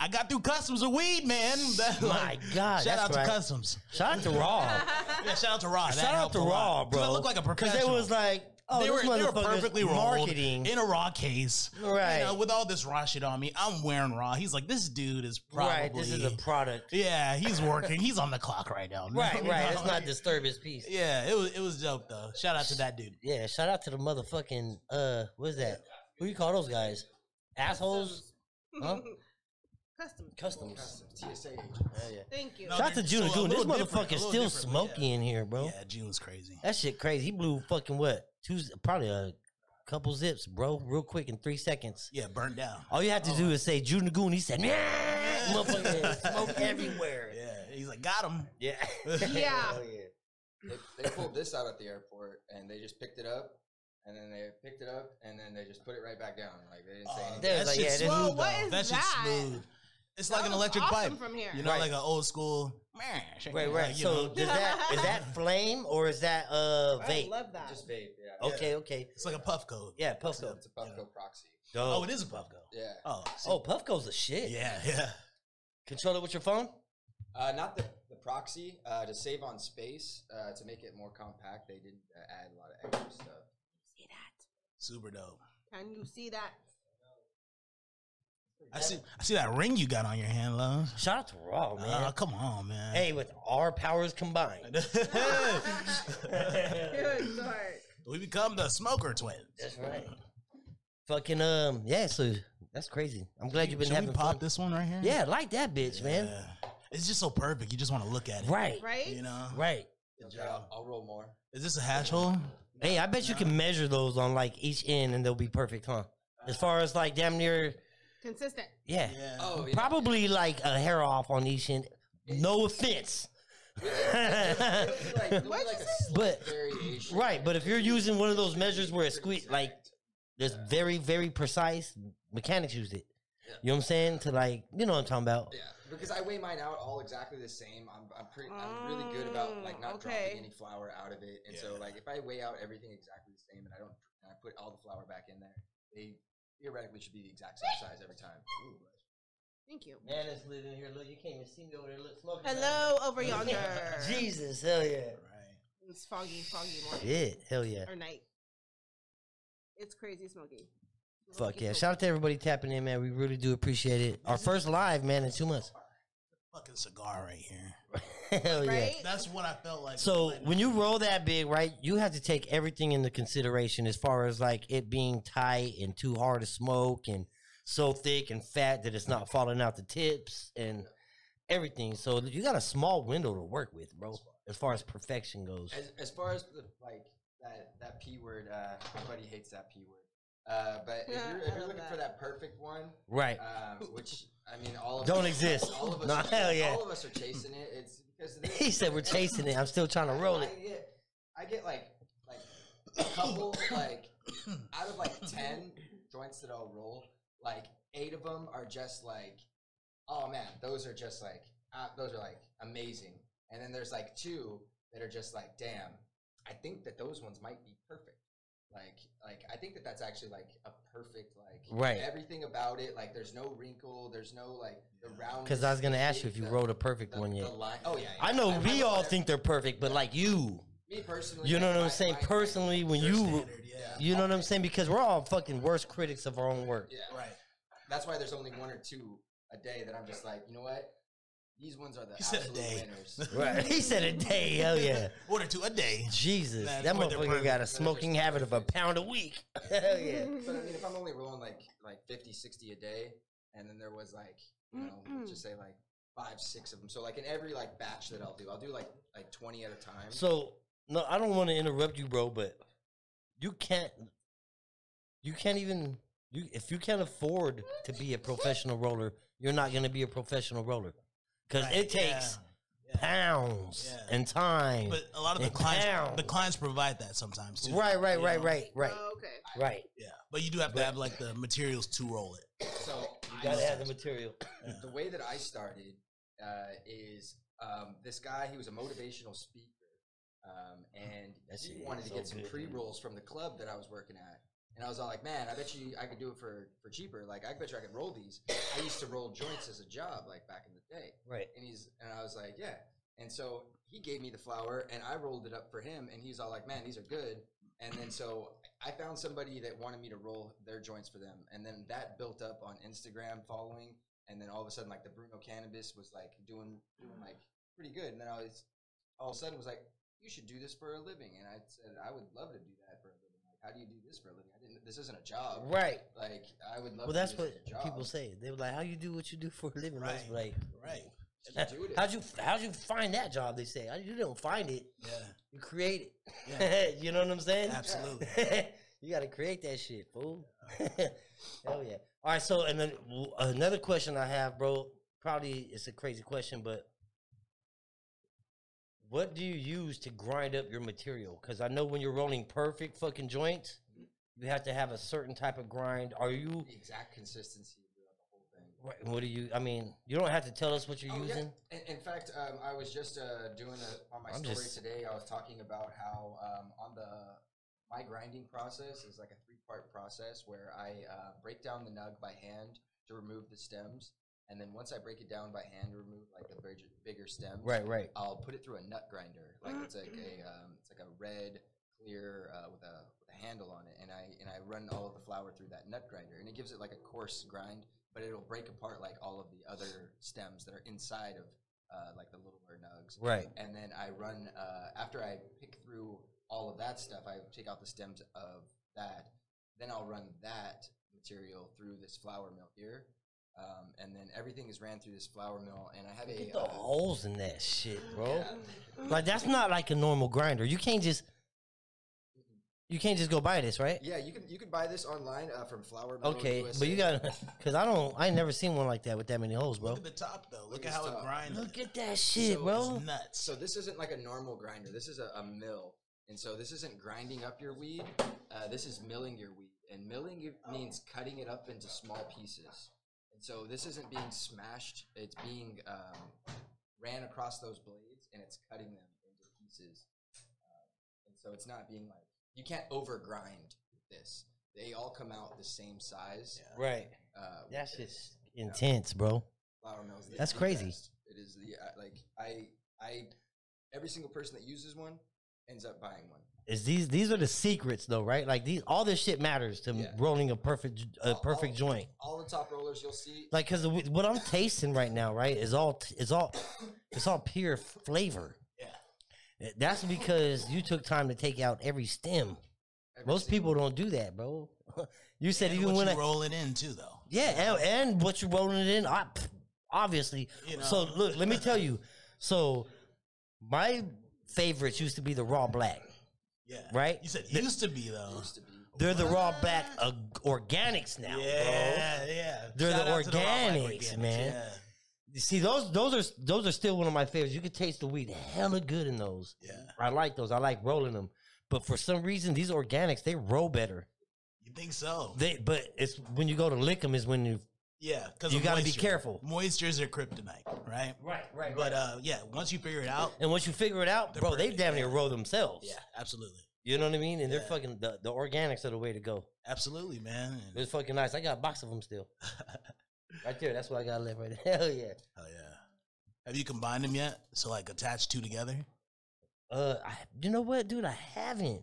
S2: I got through customs of weed, man. That,
S3: My
S2: like,
S3: God,
S2: Shout
S3: that's
S2: out
S3: right.
S2: to customs.
S3: Shout out to Raw.
S2: Yeah, shout out to Raw. That
S3: Shout out
S2: helped
S3: to
S2: a
S3: Raw,
S2: lot. 'Cause
S3: bro.
S2: I look like a professional.
S3: it was like, oh,
S2: they were,
S3: this
S2: they were
S3: motherfucker's
S2: perfectly rolled
S3: marketing.
S2: in a raw case,
S3: Right.
S2: You know, with all this raw shit on me, I'm wearing raw. He's like, this dude is probably,
S3: Right, this is a product.
S2: yeah, he's working. he's on the clock right now.
S3: Right,
S2: You
S3: right.
S2: know?
S3: It's not disturbance piece.
S2: Yeah, it was it was dope though. Shout out to that dude.
S3: Yeah, shout out to the motherfucking uh, what is that? Who you call those guys? Assholes, Huh?
S1: Customs.
S3: customs.
S4: TSA agent.
S3: Hell yeah.
S1: Thank you.
S2: No,
S3: Shout out to
S2: they're-
S3: June
S2: so a
S3: Goon. This
S2: little different, a
S3: motherfucker's
S2: little
S3: still
S2: different, but yeah.
S3: smoky in here, bro.
S2: Yeah, June's crazy.
S3: That shit crazy. He blew fucking what? Two, probably a couple zips, bro, real quick in three seconds.
S2: Yeah, burnt down.
S3: All you have
S2: Oh
S3: to do is say June Goon. He said, yeah, motherfucker, smoke everywhere.
S2: Yeah, he's like got him.
S3: Yeah.
S1: Yeah.
S3: Hell yeah.
S4: They, they pulled this out at the airport and they just picked it up and then they picked it up and then they just put it right back down. Like they didn't say anything.
S3: They was like, yeah, this
S1: Whoa,
S2: smooth.
S1: what
S2: though.
S1: is
S2: that shit's
S1: that?
S2: smooth. It's
S1: That
S2: like an
S1: looks
S2: electric
S1: awesome
S2: pipe.
S1: from here.
S2: You know,
S3: Right.
S2: like an old school.
S3: Right, right.
S2: Like, you
S3: so
S2: know,
S3: does that is that flame or is that uh
S1: I
S3: vape?
S1: love that.
S4: Just vape. Yeah.
S3: Okay, okay.
S2: it's like a puff code.
S3: Oh, Yeah, Puffco.
S4: It's a Puffco proxy.
S2: Oh,
S3: Dope.
S2: it is a puff code.
S4: Yeah.
S2: Oh, see.
S3: Oh, Puffco's the shit.
S2: yeah, yeah.
S3: Control it with your phone.
S4: Uh, not the, the proxy uh, to save on space uh, to make it more compact. They didn't uh, add a lot of extra stuff.
S1: see that?
S2: Super dope.
S1: Can you see that?
S2: I see. I see that ring you got on your hand, love.
S3: Shout out to Raw, man.
S2: Oh, come on, man.
S3: hey, with our powers combined.
S1: Good lord.
S2: we become the smoker twins.
S3: That's right. Fucking um, yeah. So that's crazy. I'm glad you've been
S2: Should we
S3: having
S2: pop
S3: fun.
S2: this one right here?
S3: Yeah, like that bitch, man.
S2: Yeah. It's just so perfect. You just want to look at it.
S3: Right, right,
S1: Right?
S2: You know.
S4: Okay, I'll, I'll roll more.
S2: Is this a hash hole?
S3: Hey, I bet you can measure those on like each end, and they'll be perfect, huh? As far as like damn near,
S1: Consistent.
S3: yeah.
S4: Oh, yeah.
S3: Probably like a hair off on each end. No offense.
S4: It'll be like, it'll be
S1: What'd
S4: like
S1: you
S4: a slight
S3: But-
S4: variation.
S3: right, but if you're using one of those measures where it's squeeze, like there's very, very precise mechanics use it. You know what I'm saying? To like, you know what I'm talking about?
S4: Yeah, because I weigh mine out all exactly the same. I'm, I'm pretty, I'm really good about like not
S1: Mm, okay.
S4: dropping any flour out of it. And so like if I weigh out everything exactly the same and I don't, and I put all the flour back in there, they theoretically should be the exact same size every time.
S1: Thank you.
S3: Man, it's lit in here. Look, you can't even see me over there. Look, smoking.
S1: Hello over yonder.
S3: Jesus, hell yeah.
S1: It's foggy, foggy morning
S3: Yeah, hell yeah.
S1: or night. It's crazy smoky.
S3: Fuck
S1: Smoky
S3: yeah.
S1: cool.
S3: Shout out to everybody tapping in, man. We really do appreciate it. Our first live, man, in two months.
S2: Fucking cigar right here.
S3: hell yeah.
S1: Right?
S2: That's what I felt like.
S3: So
S2: Like,
S3: when you roll that big, right, you have to take everything into consideration as far as like it being tight and too hard to smoke and so thick and fat that it's not falling out the tips and everything. So you got a small window to work with, bro, as far as perfection goes.
S4: As, as far as the, like that that p word, uh, my buddy hates that p word. Uh, but if
S1: Yeah,
S4: you're,
S1: I
S4: if you're
S1: love
S4: looking for that perfect one,
S3: Right.
S4: um, which I mean, all of
S3: Don't
S4: us,
S3: exist.
S4: All of us,
S3: No,
S4: are,
S3: hell yeah.
S4: all of us are chasing it. It's because of this-
S3: He said we're chasing it. I'm still trying to roll
S4: I
S3: it.
S4: get, I get like like a couple like out of like ten joints that I'll roll, like eight of them are just like, oh man, those are just like uh, those are like amazing. And then there's like two that are just like, damn, I think that those ones might be perfect. Like, like I think that that's actually like a perfect like
S3: Right.
S4: everything about it. Like, there's no wrinkle. There's no like the round.
S3: Because I was gonna ask you if you wrote a perfect
S4: the,
S3: one yet.
S4: the line. Oh yeah. yeah.
S3: I know we
S4: wrote
S3: all
S4: every-
S3: think they're perfect, but like you,
S4: Me personally.
S3: you know
S4: like,
S3: what
S4: my-
S3: I'm saying.
S4: my-
S3: Personally, when you,
S2: Standard, yeah.
S3: you know what I'm saying, because we're all fucking worst critics of our own work.
S4: Yeah.
S2: Right.
S4: That's why there's only one or two a day that I'm just like, you know what? These ones are the
S2: He said a
S4: absolute
S2: day.
S4: winners.
S3: Right? he said a day. Hell yeah.
S2: One or two a day.
S3: Jesus,
S2: That's
S3: that
S2: what they're
S3: motherfucker got a
S2: perfect.
S3: smoking habit of a pound a week. Hell yeah.
S4: But I mean, if I'm only rolling like like 50, 60 a day, and then there was like, you know, let's just say like five, six of them. So like in every like batch that I'll do, I'll do like like 20 at a time.
S3: So no, I don't want to interrupt you, bro, but you can't. You can't even. You if you can't afford to be a professional roller, you're not going to be a professional roller because
S2: Right,
S3: it
S2: yeah.
S3: takes pounds
S2: Yeah.
S3: and time.
S2: But a lot of the
S3: And
S2: clients,
S3: down.
S2: the clients provide that sometimes too.
S3: right, right,
S2: you
S3: right,
S2: know?
S3: right, right,
S1: Oh, okay.
S3: right.
S2: Yeah, but you do have to have like the materials to roll it.
S4: so
S3: You
S4: I-
S3: gotta have the material.
S4: the way that I started uh, is um, this guy. He was a motivational speaker, um, and
S3: That
S4: he
S3: shit
S4: wanted
S3: is
S4: to
S3: Oh, so
S4: get some
S3: good.
S4: pre rolls from the club that I was working at. And I was all like, "Man, I bet you I could do it for for cheaper. Like, I bet you I could roll these. I used to roll joints as a job, like back in the day."
S3: Right.
S4: And he's and I was like, yeah. And so he gave me the flour and I rolled it up for him and he's all like, man, these are good. And then so I found somebody that wanted me to roll their joints for them. And then that built up on Instagram following. And then all of a sudden, like the Bruno Cannabis was like doing, doing like pretty good. And then I was all of a sudden was like, you should do this for a living. And I said, I would love to do that for a living. Like, how do you do this for a living? I didn't, this isn't a job.
S3: Uh, Right.
S4: Like I would
S3: Well,
S4: love to
S3: that's
S4: do
S3: what
S4: this as a job.
S3: people say. They were like, "How you do what you do for a living?" I was like,
S2: Right.
S4: Just do it.
S3: "How'd you how'd you find that job?" They say, "How you don't find it.
S2: Yeah.
S3: You create it."
S2: Yeah.
S3: you know what I'm saying?
S2: Absolutely.
S3: you got to create that shit, fool. Hell yeah. All right. So, and then w- another question I have, bro. Probably it's a crazy question, but what do you use to grind up your material? Because I know when you're rolling perfect fucking joints, you have to have a certain type of grind. Are you?
S4: The exact consistency throughout the whole thing.
S3: right, What do you? I mean, you don't have to tell us what you're
S4: Oh, yeah.
S3: using.
S4: In, in fact, um, I was just uh, doing a, on my
S3: I'm
S4: story
S3: just-
S4: today. I was talking about how um, on the my grinding process is like a three part process where I uh, break down the nug by hand to remove the stems, and then once I break it down by hand, to remove like the bigger, bigger stems.
S3: Right. Right.
S4: I'll put it through a nut grinder. Like it's like a um, it's like a red clear uh, with a with a handle on it, and I and I run all of the flour through that nut grinder, and it gives it like a coarse grind, but it'll break apart like all of the other stems that are inside of uh, like the littler nugs.
S3: Right.
S4: And then I run uh, after I pick through all of that stuff. I take out the stems of that. Then I'll run that material through this flour mill here. Um, and then everything is ran through this flour mill, and I have
S3: Get
S4: a
S3: the
S4: uh,
S3: holes in that shit, bro.
S4: yeah.
S3: Like that's not like a normal grinder. You can't just you can't just go buy this, right?
S4: Yeah, you can you can buy this online uh, from Flower. Mill
S3: Okay,
S4: USA.
S3: but you got because I don't. I ain't never seen one like that with that many holes, bro.
S2: Look at the top though. Look,
S4: Look
S2: at
S4: at
S2: how
S4: his
S2: it
S4: top.
S2: grinds.
S3: Look at that shit,
S4: So
S3: bro.
S2: It's nuts.
S4: so this isn't like a normal grinder. This is a, a mill, and so this isn't grinding up your weed. Uh, this is milling your weed, and milling it means cutting it up into small pieces. And so this isn't being smashed. It's being um, ran across those blades, and it's cutting them into pieces. Um, and so it's not being like you can't over grind this. They all come out the same size.
S3: Right.
S4: Uh, with
S3: That's
S4: this.
S3: just intense, bro.
S4: flour mills. is
S3: That's
S4: the
S3: crazy.
S4: best. It is the uh, like I I every single person that uses one ends up buying one.
S3: Is these these are the secrets though, right? Like these, all this shit matters to
S4: Yeah.
S3: rolling a perfect a
S4: All-
S3: perfect
S4: all-
S3: joint.
S4: All the top rollers you'll see.
S3: Like because what I'm tasting right now, right, is all t- is all it's all pure flavor.
S2: Yeah.
S3: That's because you took time to take out every stem.
S4: every
S3: Most
S4: single-
S3: people don't do that, bro. you said
S2: And
S3: even
S2: what
S3: when
S2: you
S3: I,
S2: roll it in too though.
S3: yeah, and, and what you rolling it in, I, pff, obviously.
S2: You know.
S3: So look, let me tell you. So my favorites used to be the raw black.
S2: Yeah.
S3: Right?
S2: You said
S3: The-
S2: used to be though.
S4: used to be.
S3: They're the raw black uh, organics now,
S2: yeah, yeah.
S3: They're the
S2: out to raw black
S3: organics, man.
S2: Yeah.
S3: bro. See those those are those are still one of my favorites. You can taste the weed hella good in those.
S2: Yeah.
S3: I like those. I like rolling them. But for some reason, these organics they roll better.
S2: You think so?
S3: They but it's when you go to lick them is when you
S2: yeah, because
S3: you gotta be careful.
S2: Moistures are kryptonite, right?
S3: right right.
S2: But uh, yeah, once you figure it out,
S3: and once you figure it out,
S2: They're
S3: bro, they
S2: perfect,
S3: damn
S2: yeah.
S3: near roll themselves.
S2: yeah, absolutely.
S3: You know what I mean? And
S2: Yeah.
S3: they're fucking the, the organics are the way to go.
S2: Absolutely, man. And-
S3: It's fucking nice. I got a box of them still. right there. That's what I got left right there. Hell yeah.
S2: Hell yeah. Have you combined them yet? So like attach two together.
S3: Uh, I, you know what, dude? I haven't.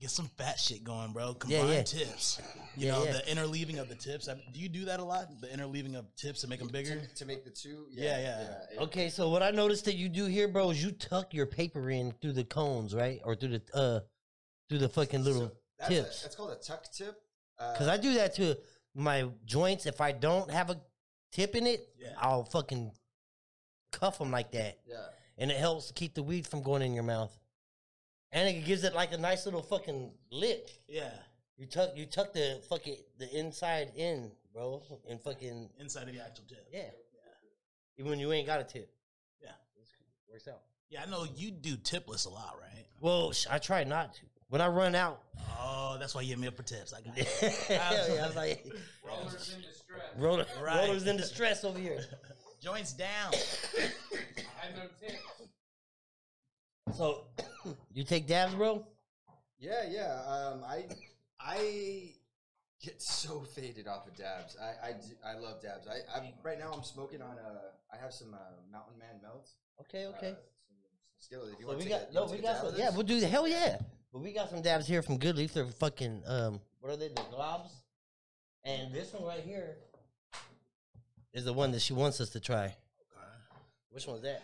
S2: Get some fat shit going, bro.
S3: Yeah,
S2: Combine
S3: yeah.
S2: tips. You
S3: Yeah,
S2: know
S3: yeah.
S2: the interleaving of the tips. I, do you do that a lot? The interleaving of tips to make them bigger.
S4: to, to make the two.
S2: Yeah, yeah.
S4: it-
S3: Okay, so what I noticed that you do here, bro, is you tuck your paper in through the cones, right, or through the uh, through the fucking
S4: so
S3: little.
S4: that's a-
S3: tips.
S4: that's called a tuck tip.
S3: Cause
S4: Uh,
S3: I do that to my joints. If I don't have a tip in it,
S2: Yeah.
S3: I'll fucking cuff them like that,
S4: yeah,
S3: and it helps keep the weed from going in your mouth, and it gives it like a nice little fucking lip.
S2: Yeah.
S3: You tuck, you tuck the fucking the inside in, bro, and fucking
S2: Inside of the actual tip.
S3: yeah, even when you ain't got a tip.
S2: Yeah.
S3: It's- works out.
S2: Yeah, I know you do tipless a lot, right?
S3: Well, sh- I try not to. When I run out,
S2: Oh, that's why you hit me up for tips. I got
S3: hell
S2: it.
S3: yeah, I was like,
S5: Rollers in distress.
S3: roller,
S2: Right.
S3: rollers in distress over here.
S2: Joints down.
S5: I know tips.
S3: So, you take dabs, bro?
S4: yeah, yeah. Um, I I get so faded off of dabs. I I, do, I love dabs. I I'm, right now I'm smoking on a. I have some uh, Mountain Man melts.
S3: Okay,
S4: uh,
S3: okay.
S4: some- some Skillet. If
S3: so
S4: you want
S3: we
S4: to
S3: got no, we got some. Yeah, we'll do the hell yeah. But we got some dabs here from Good Leaf. They're fucking um, what are they? The globs. And this one right here is the one that she wants us to try. Which one's that?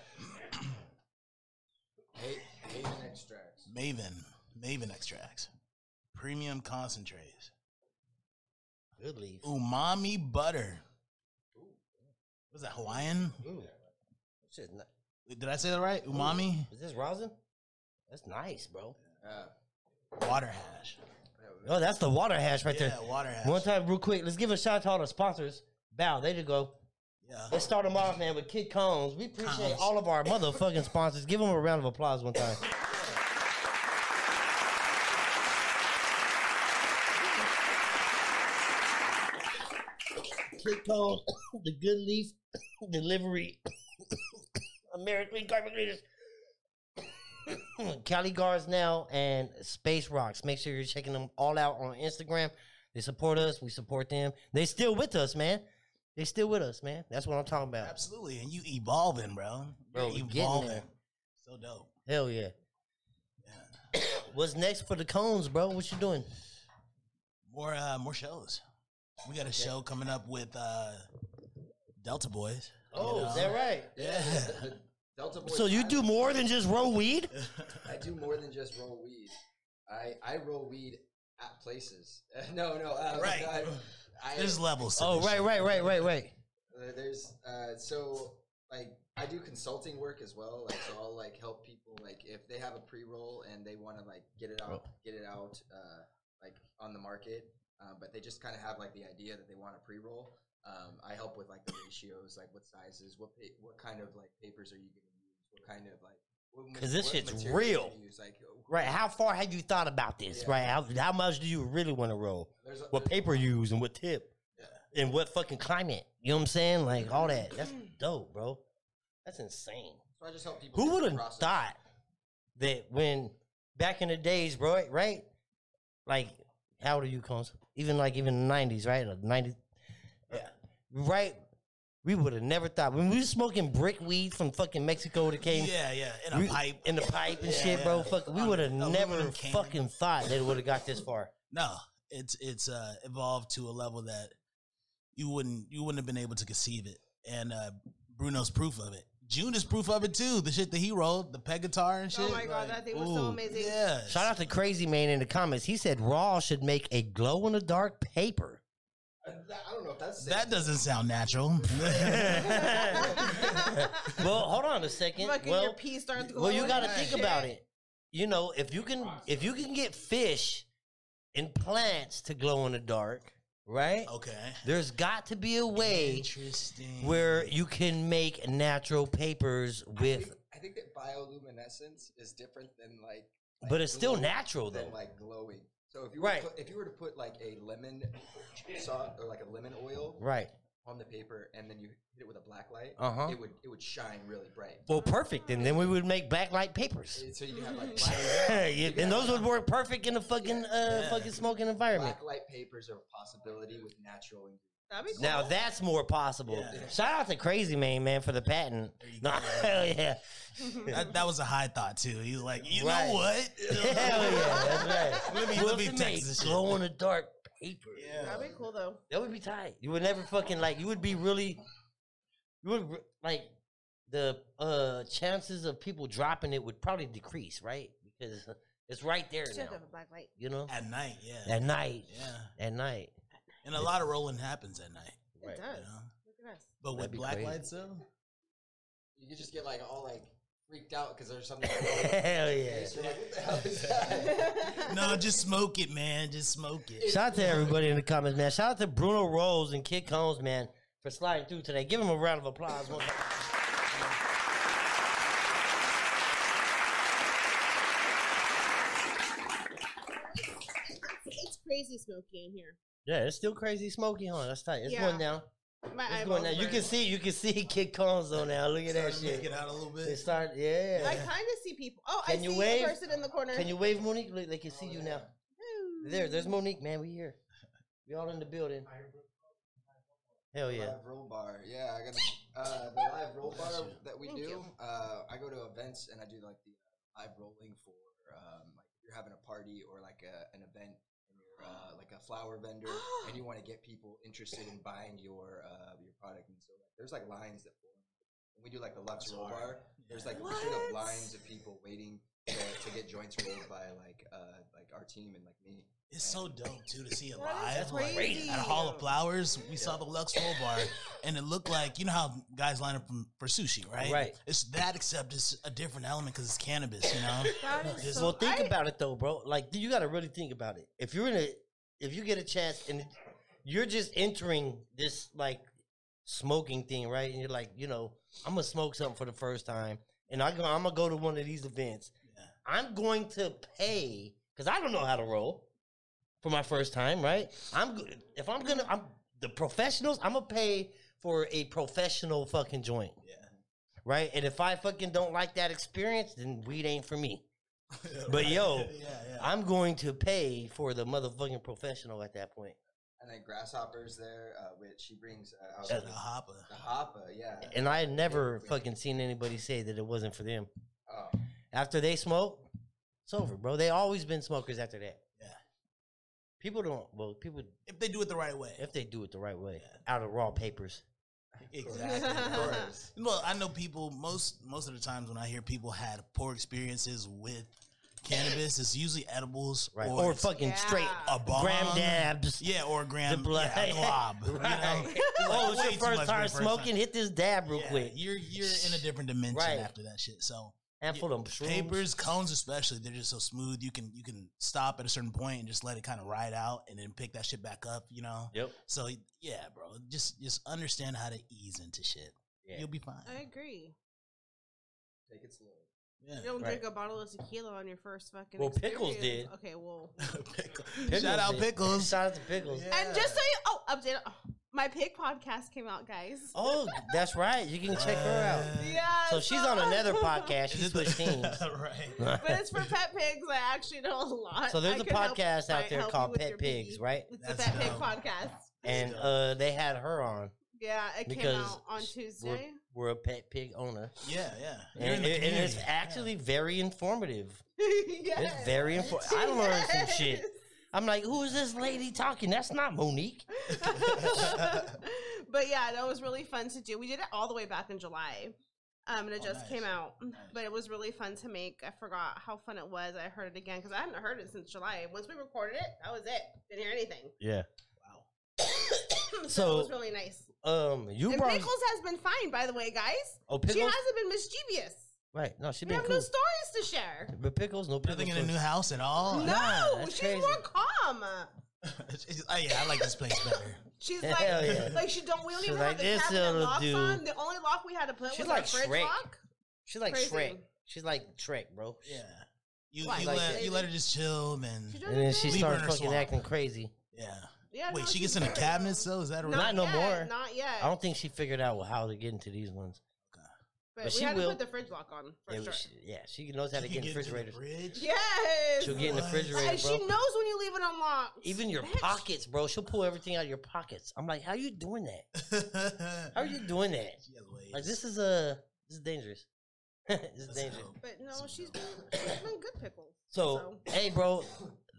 S4: Haven extracts.
S2: Maven. Maven extracts. Premium concentrates.
S3: Good Leaf.
S2: Umami butter. Was that Hawaiian?
S3: Ooh. Shit, ni-
S2: Did I say that right? Umami?
S3: is this rosin? That's nice, bro.
S4: Uh,
S2: Water hash.
S3: Oh, that's the water hash right
S2: Yeah,
S3: there.
S2: water hash.
S3: One time, real quick, let's give a shout out to all the sponsors. Bow, there you go.
S2: Yeah.
S3: Let's start them off, man, with Kid Combs. We appreciate
S2: Combs.
S3: all of our motherfucking sponsors. Give them a round of applause one time. Kid Combs, the Good Leaf Delivery, American Carpet Cleaners, Cali Guards Now, and Space Rocks. Make sure you're checking them all out on Instagram. They support us. We support them. They still with us, man. They still with us, man. That's what I'm talking about.
S2: Absolutely. And you evolving, bro.
S3: Bro,
S2: You're
S3: we getting there.
S2: So dope.
S3: Hell yeah. What's next for the cones, bro? What you doing?
S2: More uh more shows. We got a show coming up with uh Delta Boys. you
S3: Oh,
S2: know?
S3: right?
S4: yeah.
S2: Yeah.
S4: the- the Delta Boy
S3: So you
S4: Pilot.
S3: do more than just roll weed?
S4: I do more than just roll weed. I I roll weed at places. no, no, uh,
S2: Right.
S4: I, I,
S2: There's levels. to
S3: Oh,
S2: this
S3: right,
S2: shit.
S3: right, right, right, right.
S4: uh, there's uh, so like I do consulting work as well. Like so, I'll like help people like if they have a pre roll and they want to like get it out, get it out uh, like on the market, uh, but they just kind of have like the idea that they want a pre roll. Um, I help with like the ratios, like what sizes, what pa- what kind of like papers are you going to use, what kind of like what ma-
S3: 'Cause this
S4: what
S3: shit's
S4: material are you
S3: real.
S4: gonna Use, like uh,
S3: Right. How far had you thought about this?
S4: Yeah.
S3: Right. How, how much do you really want to roll?
S4: there's a-
S3: What
S4: there's-
S3: paper you use and what tip? And what fucking climate? You know what I'm saying? Like all that. That's dope, bro. That's insane.
S4: So I just help people.
S3: Who
S4: get
S3: would
S4: the
S3: have
S4: process.
S3: thought that when back in the days, bro, right? Like, how old are you, Combs? Even like even the 90s, right? Like 90,
S2: Yeah.
S3: right? We would have never thought. When we was smoking brick weed from fucking Mexico that came
S2: Yeah, yeah. In a
S3: we-
S2: pipe.
S3: in the pipe and
S2: Yeah,
S3: shit, bro,
S2: yeah.
S3: fuck, we
S2: On
S3: would have
S2: an
S3: never
S2: aluminum can.
S3: fucking thought that it would have got this far.
S2: No, it's it's uh, evolved to a level that you wouldn't you wouldn't have been able to conceive it, and uh, Bruno's proof of it. June is proof of it too. The shit that he rolled, the peg guitar and shit.
S1: Oh my god, that thing was so
S3: ooh,
S1: amazing.
S2: Yeah,
S3: Shout out to Crazy Man in the comments. He said Raw should make a glow in the dark paper.
S4: I, I don't know if that's
S2: that doesn't sound natural.
S3: Well, hold on a second.
S1: Fucking
S3: well,
S1: your pee starts
S3: Well, you
S1: glowing
S3: got to
S1: and
S3: think
S1: shit.
S3: about it. You know, if you can, if you can get fish and plants to glow in the dark, right?
S2: okay,
S3: There's got to be a way
S2: interesting.
S3: where you can make natural papers
S4: I
S3: with,
S4: think, I think that bioluminescence is different than like. like
S3: but it's still
S4: glow-
S3: natural
S4: than,
S3: though.
S4: like glowing. So if you were
S3: Right.
S4: to put, if you were to put like a lemon sauce or like a lemon oil
S3: Right.
S4: on the paper and then you hit it with a black light,
S3: Uh-huh.
S4: it would it would shine really bright.
S3: Well, perfect. And then we would make backlight papers.
S4: And so you can have like black,
S3: Yeah, and those would work perfect in the fucking uh,
S2: Yeah.
S3: fucking smoking environment.
S4: black light papers are a possibility with natural ingredients.
S1: That'd be cool.
S3: Now that's more possible.
S2: Yeah.
S3: Shout out to Crazy Man, man, for the patent. No, hell yeah,
S2: That, that was a high thought too. He's like, you
S3: Right.
S2: know what?
S3: hell yeah, that's right.
S2: Let me let
S3: Wilson
S2: me
S3: made
S2: text this shit.
S3: glow in the dark paper.
S2: Yeah.
S1: That'd be cool though.
S3: That would be tight. You would never fucking like. You would be really. You would re- like the uh chances of people dropping it would probably decrease, right? Because it's right there
S1: Should
S3: now.
S1: have a black light.
S3: You know,
S2: At night, yeah.
S3: at night,
S2: Yeah.
S3: at night.
S2: And a lot of rolling happens at night.
S1: It
S3: Right.
S1: does.
S2: You know?
S1: Look at us.
S2: But
S3: That'd
S2: with
S3: be
S2: black
S3: crazy.
S2: lights though?
S4: You could just get like all like freaked out because there's something.
S3: Hell yeah.
S4: You're like, what the hell is that?
S2: No, just smoke it, man. Just smoke it.
S3: Shout out to everybody in the comments, man. Shout out to Bruno Rose and Kid Combs, man, for sliding through today. Give them a round of applause. One time.
S1: It's crazy smoky in here.
S3: Yeah, it's still crazy smoky, huh? That's tight. It's
S1: Yeah.
S3: going down.
S1: My
S3: It's
S1: eyeballs
S3: going down. You
S1: burn.
S3: can see, you can see Kid Combs on now. Look at that
S2: Starting to make
S3: shit.
S2: it out a little
S3: It
S2: bit.
S3: start, yeah.
S1: I kind of see people. Oh, I
S3: Can
S1: see
S3: you
S1: a
S3: wave?
S1: person in the corner.
S3: Can you wave Monique? Look, they can see you now.
S1: Woo.
S3: There, there's Monique, man. We here. We all in the building.
S1: Oh,
S3: Hell yeah.
S4: Live roll bar. Yeah, I got uh, the live roll bar that we
S1: Thank
S4: do.
S1: you.
S4: Uh, I go to events and I do like the uh, live rolling for um, like if you're having a party or like a, an event. and you're, Uh, like a flower vendor, and you want to get people interested in buying your uh, your product, and so like, there's like lines that form. When we do like the Lux Roll Bar, there's like straight
S1: What?
S4: up lines of people waiting to, to get joints rolled by like uh, like our team and like me.
S2: It's so dope too to see it
S1: That is
S2: live. Like,
S1: crazy.
S2: At Hall of Flowers, we saw the Lux Roll Bar, and it looked like you know how guys line up from, for sushi, right?
S3: Right.
S2: It's that, except it's a different element because it's cannabis, you know.
S1: That is
S2: Just-
S1: so-
S3: Well, think
S1: I-
S3: about it though, bro. Like you got to really think about it. If you're in a, if you get a chance and you're just entering this like smoking thing, right? And you're like, you know, I'm gonna smoke something for the first time, and I go, I'm gonna go to one of these events.
S2: Yeah.
S3: I'm going to pay because I don't know how to roll for my first time, right? I'm go- if I'm gonna, I'm the professionals. I'm gonna pay for a professional fucking joint,
S2: yeah.
S3: right? And if I fucking don't like that experience, then weed ain't for me. But yo,
S2: yeah, yeah.
S3: I'm going to pay for the motherfucking professional at that point.
S4: And then Grasshopper's there, uh, which she brings uh, out
S3: Shut
S2: the
S4: the,
S2: hopper.
S4: the Hoppa, yeah.
S3: And I had never fucking seen anybody say that it wasn't for them.
S4: Oh,
S3: After they smoke, it's over, bro. They always been smokers after that.
S2: Yeah.
S3: People don't well, people
S2: If they do it the right way,
S3: if they do it the right way,
S2: Yeah.
S3: out of raw papers.
S2: exactly.
S4: of course.
S2: Well, I know people most most of the times when I hear people had poor experiences with cannabis, it's usually edibles
S3: Right.
S2: or,
S3: Or,
S2: it's
S3: fucking straight
S1: Yeah.
S2: a bomb.
S3: gram dabs.
S2: Yeah, or gram
S3: The blood.
S2: yeah, glob. you know?
S3: Right.
S2: Like,
S3: Oh, it's
S2: way
S3: your
S2: too
S3: first
S2: much for
S3: time
S2: your first
S3: smoking,
S2: time.
S3: hit this dab real
S2: Yeah,
S3: quick.
S2: You're you're in a different dimension
S3: Right.
S2: after that shit. So
S3: Handful of shrooms.
S2: papers, cones especially, they're just so smooth. You can you can stop at a certain point and just let it kind of ride out and then pick that shit back up, you know?
S3: Yep.
S2: So yeah, bro. Just just understand how to ease into shit.
S3: Yeah.
S2: You'll be fine.
S1: I agree.
S4: Take it slow.
S2: Yeah.
S1: You don't
S3: Right.
S1: drink a bottle of tequila on your first fucking.
S3: Well, Pickles
S1: experience.
S3: did.
S1: Okay, well.
S2: Pickle.
S3: Pickles
S2: Shout out
S3: is-
S2: pickles.
S3: Shout out to pickles.
S2: Yeah.
S1: And just so you, oh, update. oh, my pig podcast came out, guys.
S3: Oh, that's right. You can check her out.
S2: Uh,
S1: Yeah.
S3: Oh, So she's on another podcast. She
S2: Is it the-
S3: switched teams.
S2: right.
S1: But it's for pet pigs. I actually know a lot.
S3: So there's
S1: a
S3: a podcast out there called Pet Pigs, right?
S1: It's
S2: That's
S1: the Pet Pig
S2: dope.
S1: podcast.
S3: And
S2: dope.
S3: uh, they had her on.
S1: Yeah, it came
S3: Because
S1: out on Tuesday.
S3: We're a pet pig owner,
S2: Yeah, yeah. You're in
S3: and,
S2: the
S3: it- and it's
S2: community.
S3: actually very informative.
S1: yes.
S3: It's very informative. I learned some shit.
S1: Yes.
S3: I'm like, who is this lady talking? That's not Monique.
S1: but yeah, that was really fun to do. We did it all the way back in July. Um, and it
S2: Oh,
S1: just
S2: nice.
S1: came out, but it was really fun to make. I forgot how fun it was. I heard it again because I hadn't heard it since July. Once we recorded it, that was it. Didn't hear anything.
S3: Yeah.
S2: Wow.
S1: so,
S3: So-
S1: it was really nice.
S3: Um, you
S1: And
S3: brought
S1: Pickles has been fine, by the way, guys.
S3: oh pickles,
S1: She hasn't been mischievous.
S3: right? No, she
S1: We
S3: been
S1: have
S3: cool.
S1: no stories to share.
S3: but pickles, no pickles.
S2: Nothing in a new house at all.
S1: no,
S3: that's
S1: she's
S3: crazy.
S1: more calm.
S2: It's- oh yeah, I like this place better.
S1: She's
S3: Hell
S1: like,
S3: yeah.
S1: like she don't. We don't
S3: She's
S1: even
S3: like,
S1: have the
S3: this
S1: cabinet
S3: little
S1: locks
S3: dude.
S1: on. The only lock we had to put
S3: She's
S1: was
S3: like
S1: a fridge
S3: Shrek.
S1: lock.
S3: She's like
S1: Crazy.
S3: Shrek. She's like Shrek, bro.
S2: Yeah. You,
S1: Why?
S2: you
S3: Like
S2: let
S3: that.
S2: you let her just chill, then
S1: She doing
S3: And then
S1: her
S3: she
S1: thing.
S2: Leave her in
S3: started
S2: her
S3: fucking
S2: swamp.
S3: acting crazy.
S2: yeah.
S1: Yeah.
S2: Wait,
S1: no,
S2: she
S1: she's
S2: gets in a
S1: very
S2: cabinet
S1: young.
S2: cell? Is that a
S1: Not,
S3: Not no
S1: yet,
S3: more.
S1: Not yet.
S3: I don't think she figured out how to get into these ones.
S1: but,
S3: but
S1: we
S3: she
S1: had to
S3: will.
S1: put the fridge lock on for
S3: Yeah,
S1: sure.
S3: she, yeah, she knows how to
S2: You
S3: get in
S2: into the
S3: refrigerators.
S2: fridge?
S1: Yes.
S3: She'll get in the
S2: What?
S3: refrigerator,
S1: And she
S3: bro.
S1: knows when you leave it unlocked.
S3: Even your
S1: Bitch.
S3: pockets, bro. She'll pull everything out of your pockets. I'm like, how you doing that? How are you doing that?
S2: She has ways.
S3: Like this is a this is dangerous. this is
S2: That's
S3: dangerous.
S2: dope.
S1: But no, she's been, she's been good pickles.
S3: So, hey, bro,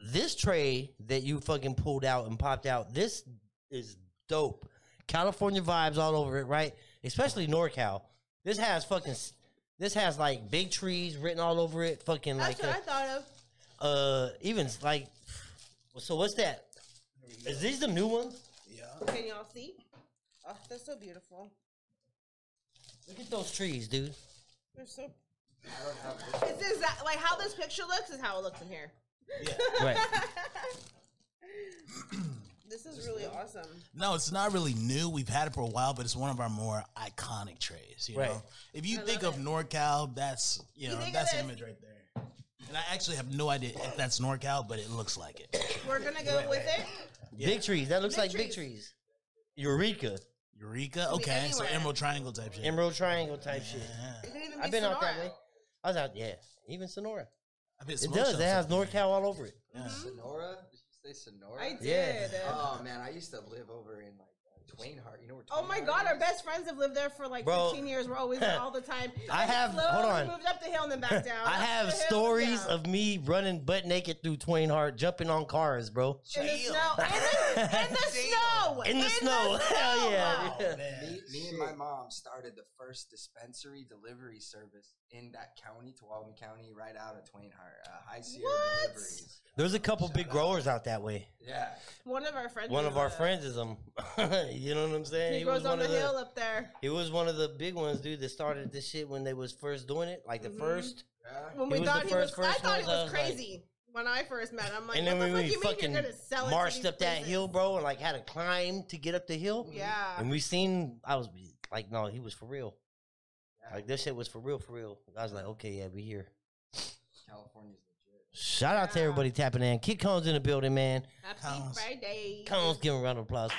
S3: this tray that you fucking pulled out and popped out, this is dope. California vibes all over it, right? Especially NorCal. This has fucking, s- this has like big trees written all over it. Fucking
S1: That's
S3: like,
S1: what I thought of.
S3: uh, uh, even s- like, so what's that? Is these the new ones?
S2: Yeah.
S1: Can y'all see? Oh, they're so beautiful.
S3: Look at those trees, dude.
S1: They're so. It's exact, like how this picture looks is how it looks in here.
S2: Yeah.
S3: Right.
S1: This is really awesome.
S2: No, it's not really new. We've had it for a while, but it's one of our more iconic trays. You
S3: Right.
S2: know, if you
S1: I
S2: think of
S1: love
S2: NorCal, that's you
S1: You
S2: know
S1: think of
S2: that's an
S1: this.
S2: image right there. And I actually have no idea if that's NorCal, but it looks like it.
S1: We're gonna go with it.
S3: Big trees. That looks
S1: Big
S3: like big trees. Eureka.
S2: Eureka.
S1: Could be
S2: Okay, so
S1: anywhere.
S2: Emerald Triangle type shit.
S3: Emerald triangle type shit.
S2: Yeah.
S1: It could even be
S3: I've been out that
S1: Sonora.
S3: way. I was out, yeah. Even Sonora.
S2: I've been
S3: It
S2: smoke
S3: does.
S2: shops
S3: It has
S2: up there.
S3: NorCal all over it.
S2: Yeah.
S4: Sonora? Did you say Sonora?
S1: I did.
S3: Yeah.
S4: Oh man, I used to live over in like uh, Twainhart. You know where?
S1: Oh my
S4: Twainhart
S1: God, our
S4: is?
S1: best friends have lived there for like
S3: Bro.
S1: 15 years. We're always there all the time.
S3: I
S1: And
S3: have-
S1: slowly
S3: hold on.
S1: Moved up the hill and then back down.
S3: I
S1: up the
S3: have
S1: hill and
S3: stories
S1: down.
S3: of me running butt naked through Twain Hart, jumping on cars, bro.
S1: in the
S2: Damn.
S1: snow. In the, in the snow.
S3: In the snow. Hell yeah.
S1: snow.
S3: yeah.
S4: Me,
S2: Oh, Man.
S4: me and my mom started the first dispensary delivery service in that county, Tuolumne County, right out of Twainhart. Uh, High Sierra
S1: What?
S4: Deliveries.
S3: There's a couple big growers out that way.
S4: Yeah.
S1: One of our friends.
S3: One
S1: is
S3: of our
S1: a-
S3: friends is them. you know what I'm saying?
S1: He grows on
S3: one
S1: the
S3: of
S1: hill up there.
S3: He was one of the big ones, dude, that started this shit when they was first doing it, like the
S1: Mhm.
S3: first.
S4: Yeah.
S1: When
S3: He
S1: we
S3: was the
S1: thought he was,
S3: first
S1: I
S3: person
S1: thought
S3: I
S1: it
S3: was
S1: was
S3: like-
S1: crazy when I first met him. I'm like,
S3: and then
S1: what
S3: when
S1: the fuck
S3: we
S1: you mean
S3: fucking
S1: you're gonna sell it? to
S3: marched
S1: these
S3: up that
S1: places?
S3: hill, bro, and like had to climb to get up the hill.
S1: Yeah.
S3: And we seen, I was like, no, he was for real.
S4: Yeah.
S3: Like this shit was for real, for real. I was like, okay, yeah, we here.
S4: California's legit.
S3: Shout out to
S1: Yeah.
S3: everybody tapping in. Kid Cone's in the building, man.
S1: Happy
S2: Cones.
S1: Friday.
S3: Cone's give him a round of applause.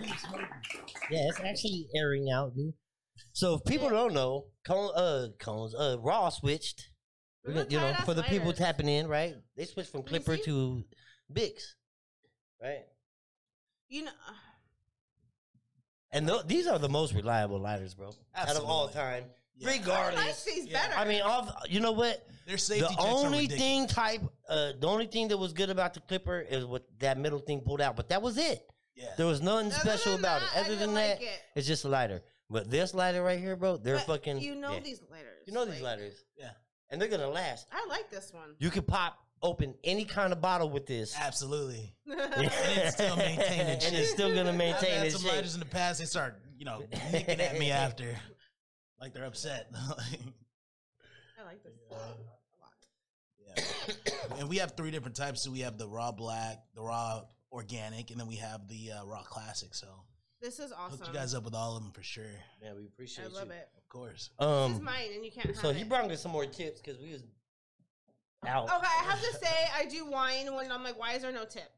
S3: Yeah, it's actually airing out, dude. So if people don't know, Cone, uh, Cones, uh, Raw switched. We're gonna- you know, for the people tapping in, right? They switched from
S1: Let me
S3: Clipper
S1: see.
S3: to Bix, right?
S1: You know,
S3: And tho- these are the most reliable lighters, bro, out of all
S2: Absolutely.
S3: time,
S2: Yeah.
S1: I
S3: regardless.
S1: like these
S2: Yeah.
S1: better.
S3: I mean, all of- you know what?
S2: Their safety
S3: the
S2: checks are
S3: only
S2: ridiculous.
S3: thing type, uh, the only thing that was good about the Clipper is what that middle thing pulled out, but that was it.
S2: Yeah.
S3: There was nothing
S1: Other
S3: special
S1: than
S3: about
S1: that,
S3: it.
S1: I
S3: Other
S1: did
S3: than
S1: like
S3: that,
S1: it.
S3: it's just a lighter. But this lighter right here, bro, they're
S1: But
S3: fucking.
S1: You know
S3: yeah.
S1: these lighters.
S3: You know these
S1: like,
S3: lighters.
S2: Yeah.
S3: and they're gonna last.
S1: I like this one.
S3: You can pop open any kind of bottle with this.
S2: Absolutely.
S3: and
S2: it's still maintaining
S3: And
S2: shape.
S3: it's still gonna
S2: I've
S3: maintain
S2: had
S3: its
S2: some
S3: shape.
S2: lighters in the past. They start, you know, nicking at me after, like they're upset.
S1: I like this. a lot.
S2: yeah. And we have three different types. So we have the raw black, the raw organic, and then we have the uh, raw classic. So
S1: This is awesome.
S2: hook you guys up with all of them for sure.
S3: Man, we
S1: I
S3: appreciate
S1: love
S3: you.
S1: it.
S2: Of course.
S1: This is
S3: Um,
S1: mine, and you can't have
S3: so
S1: it.
S3: he brought me some more tips because we was out.
S1: Okay, I have to say, I do whine when I'm like, why is there no tip?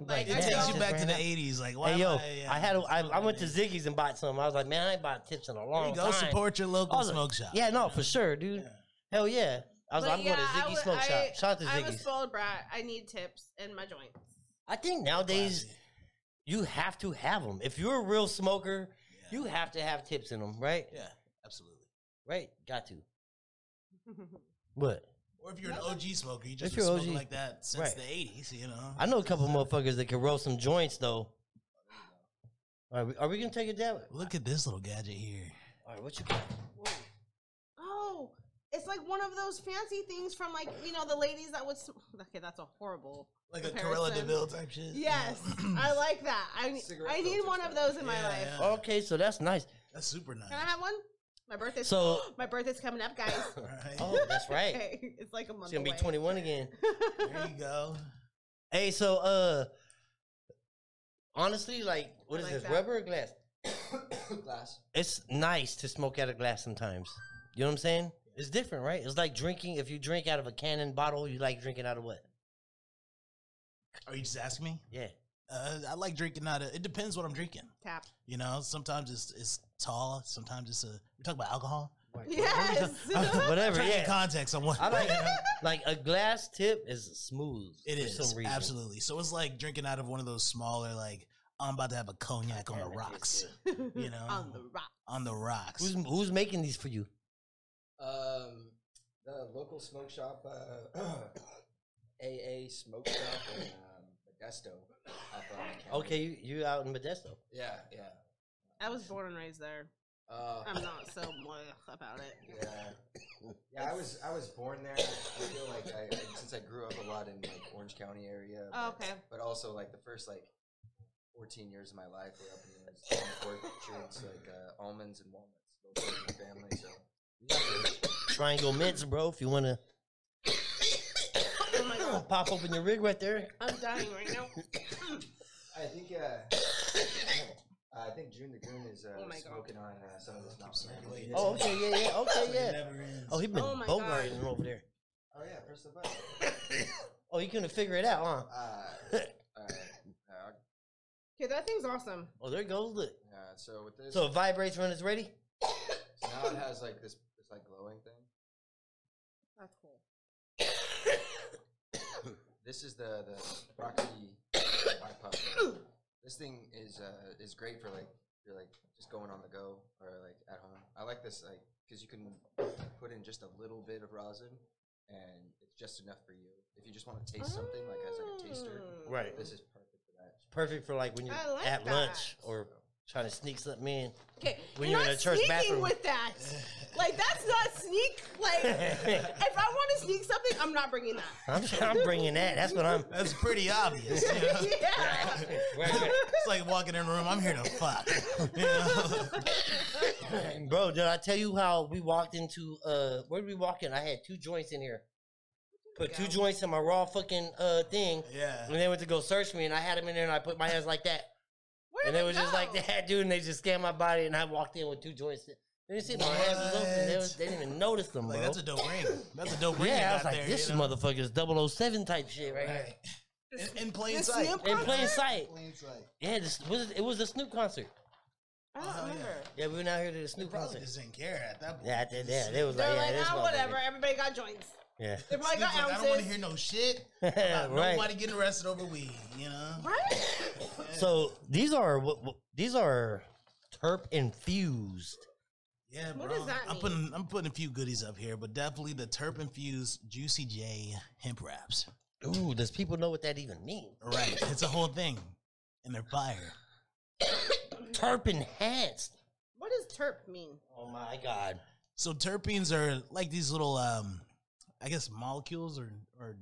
S1: Like,
S2: It
S1: I
S2: takes
S1: don't-
S2: you back to the '80s. Like, why?
S3: Hey yo,
S2: am I, uh, yeah.
S3: I had a, I, I went to Ziggy's and bought some. I was like, man, I ain't bought tips in a
S2: There
S3: long
S2: you go
S3: time.
S2: support your
S3: I
S2: local
S3: was like,
S2: smoke shop.
S3: Yeah, no, for sure, dude.
S2: Yeah.
S3: Hell yeah. I
S1: But
S3: was like, I'm going
S1: yeah,
S3: to
S1: I
S3: Ziggy's
S1: would-
S3: smoke
S1: I-
S3: shop. Shout out to
S1: I'm a
S3: Ziggy's.
S1: spoiled brat. I need tips in my joints.
S3: I think nowadays
S2: Classy.
S3: you have to have them. If you're a real smoker,
S2: Yeah.
S3: you have to have tips in them, right?
S2: yeah, absolutely.
S3: Right? Got to. What?
S2: Or if you're an OG smoker, you
S3: If
S2: just been
S3: you're
S2: smoking
S3: OG.
S2: like that since
S3: Right.
S2: the '80s. You know.
S3: I know a couple motherfuckers that can roll some joints though.
S2: Oh,
S3: Are we, are we gonna take a dab?
S2: Look at this little gadget here.
S3: All right, what you got?
S1: oh, it's like one of those fancy things from like you know the ladies that would. Sm- okay, that's a horrible.
S2: Like a
S1: comparison.
S2: Corella Deville type shit.
S1: Yes,
S3: Mm.
S1: I like that. I
S4: Cigarette
S1: I need
S4: filter
S1: one of those in my
S2: Yeah,
S1: life.
S2: yeah.
S3: Okay, so that's nice.
S2: That's super nice.
S1: Can I have one? My birthday's
S3: So-
S1: my birthday's coming up, guys.
S2: Right.
S3: Oh, that's right.
S1: okay, it's like a month.
S3: She's gonna be
S1: away.
S3: 21 again.
S2: There you go.
S3: Hey, so uh, honestly, like, what
S1: I
S3: is
S1: like
S3: this?
S1: that.
S3: Rubber or glass?
S4: Glass.
S3: It's nice to smoke out of glass sometimes. You know what I'm saying? It's different, right? It's like drinking. If you drink out of a cannon bottle, you like drinking out of what?
S2: Are you just asking me?
S3: Yeah.
S2: Uh, I like drinking out of. It depends what I'm drinking.
S1: Tap.
S2: You know, sometimes it's it's tall. Sometimes it's a. We talk about alcohol.
S1: Yes.
S3: Whatever.
S2: Trying to
S3: Yeah.
S2: get context on what
S3: I like like a glass tip is smooth.
S2: it
S3: for
S2: is.
S3: some reason.
S2: Absolutely. So it's like drinking out of one of those smaller like. I'm about to have a cognac on the rocks. You know,
S1: on the rock.
S2: on the rocks.
S3: Who's who's making these for you?
S4: Um, the local smoke shop, uh, AA smoke shop in um, Modesto. up on the county.
S3: Okay, you, you out in Modesto.
S4: Yeah, yeah.
S1: I was born and raised there.
S4: Uh,
S1: I'm not so bleh about it.
S4: yeah. Yeah, I was I was born there. I feel like I, I- since I grew up a lot in like Orange County area.
S1: Oh,
S4: but-
S1: okay.
S4: But also like the first like 14 years of my life were up in those orchards, like uh, almonds and walnuts. both of my Family, so
S3: Triangle mints, bro. If you wanna
S1: Oh my god.
S3: pop open your rig right there.
S1: I'm dying right now.
S4: I think uh, I think June the Goon is uh,
S1: Oh my God.
S4: smoking on uh, some of this mountain.
S2: circulating.
S4: Dew.
S3: Oh, okay, yeah, yeah, okay, yeah.
S2: Never ends.
S3: Oh, he been
S1: Oh my
S3: bogarting over there.
S4: Oh yeah, press the button.
S3: Oh, you couldn't figure it out, huh?
S4: Uh, all right. Uh,
S1: Okay, that thing's awesome.
S3: Oh, there it goes. Look.
S4: yeah, uh, so with this,
S3: So it vibrates when it's ready.
S4: now it has like this, this like glowing thing.
S1: That's cool.
S4: This is the the broccoli iPod. This thing is uh is great for like if you're like just going on the go or like at home. I like this like because you can put in just a little bit of rosin and it's just enough for you. If you just want to taste something like as like a taster,
S1: Mm.
S3: Right.
S4: this is perfect for that.
S3: Perfect for like when you're
S1: I like
S3: at
S1: that.
S3: lunch or trying to sneak something in.
S1: Okay,
S3: When
S1: you're
S3: you're in
S1: not
S3: a church
S1: sneaking
S3: bathroom.
S1: with that. Like that's not sneak. Like if I want to sneak something, I'm not bringing that.
S3: I'm, I'm bringing that. That's what I'm.
S2: That's pretty obvious. You know?
S1: yeah.
S2: It's like walking in a room. I'm here to fuck. You know?
S3: Bro, did I tell you how we walked into uh where did we walk in? I had two joints in here. Put two
S1: Yeah.
S3: joints in my raw fucking uh thing.
S2: Yeah.
S3: And they went to go search me and I had them in there and I put my hands like that.
S1: Where'd
S3: and they
S1: it
S3: was just like
S1: go?
S3: that, dude, and they just scanned my body and I walked in with two joints. They didn't see my hands was open. They,
S2: What?
S3: was, they didn't even notice them,
S2: Like
S3: bro.
S2: that's a dope ring. That's a dope ring.
S3: yeah, I
S2: you
S3: was
S2: got
S3: like,
S2: there,
S3: this
S2: you know?
S3: motherfucker's 007 type shit right,
S2: Right. In, in plain
S1: The
S2: sight.
S1: Snoop
S3: here. In plain
S1: concert?
S3: sight.
S4: Plain sight.
S3: Yeah, this was it, it was a Snoop concert.
S1: I don't
S2: Oh, yeah.
S1: remember.
S3: Yeah, we went out here to the
S2: They
S3: Snoop
S2: probably
S3: concert.
S2: just didn't care at that point.
S3: Yeah, they, yeah, they was like,
S1: They're
S3: yeah,
S1: like,
S3: this
S1: ah,
S3: motherfucker.
S1: whatever. Everybody got joints.
S3: Yeah.
S1: They probably
S2: Snoop's
S1: got
S2: like,
S1: ounces.
S2: I don't want to hear no shit. about
S3: right.
S2: Nobody getting arrested over weed. You know.
S1: Right?
S3: So these are what, what these are terp infused.
S2: Yeah, bro.
S1: What does that
S2: I'm
S1: mean?
S2: putting I'm putting a few goodies up here, but definitely the terp infused Juicy J hemp wraps.
S3: Ooh, does people know what that even means?
S2: Right, it's a whole thing, and they're fire.
S3: Terp enhanced.
S1: What does terp mean?
S3: Oh my god.
S2: So terpenes are like these little, um, I guess molecules or or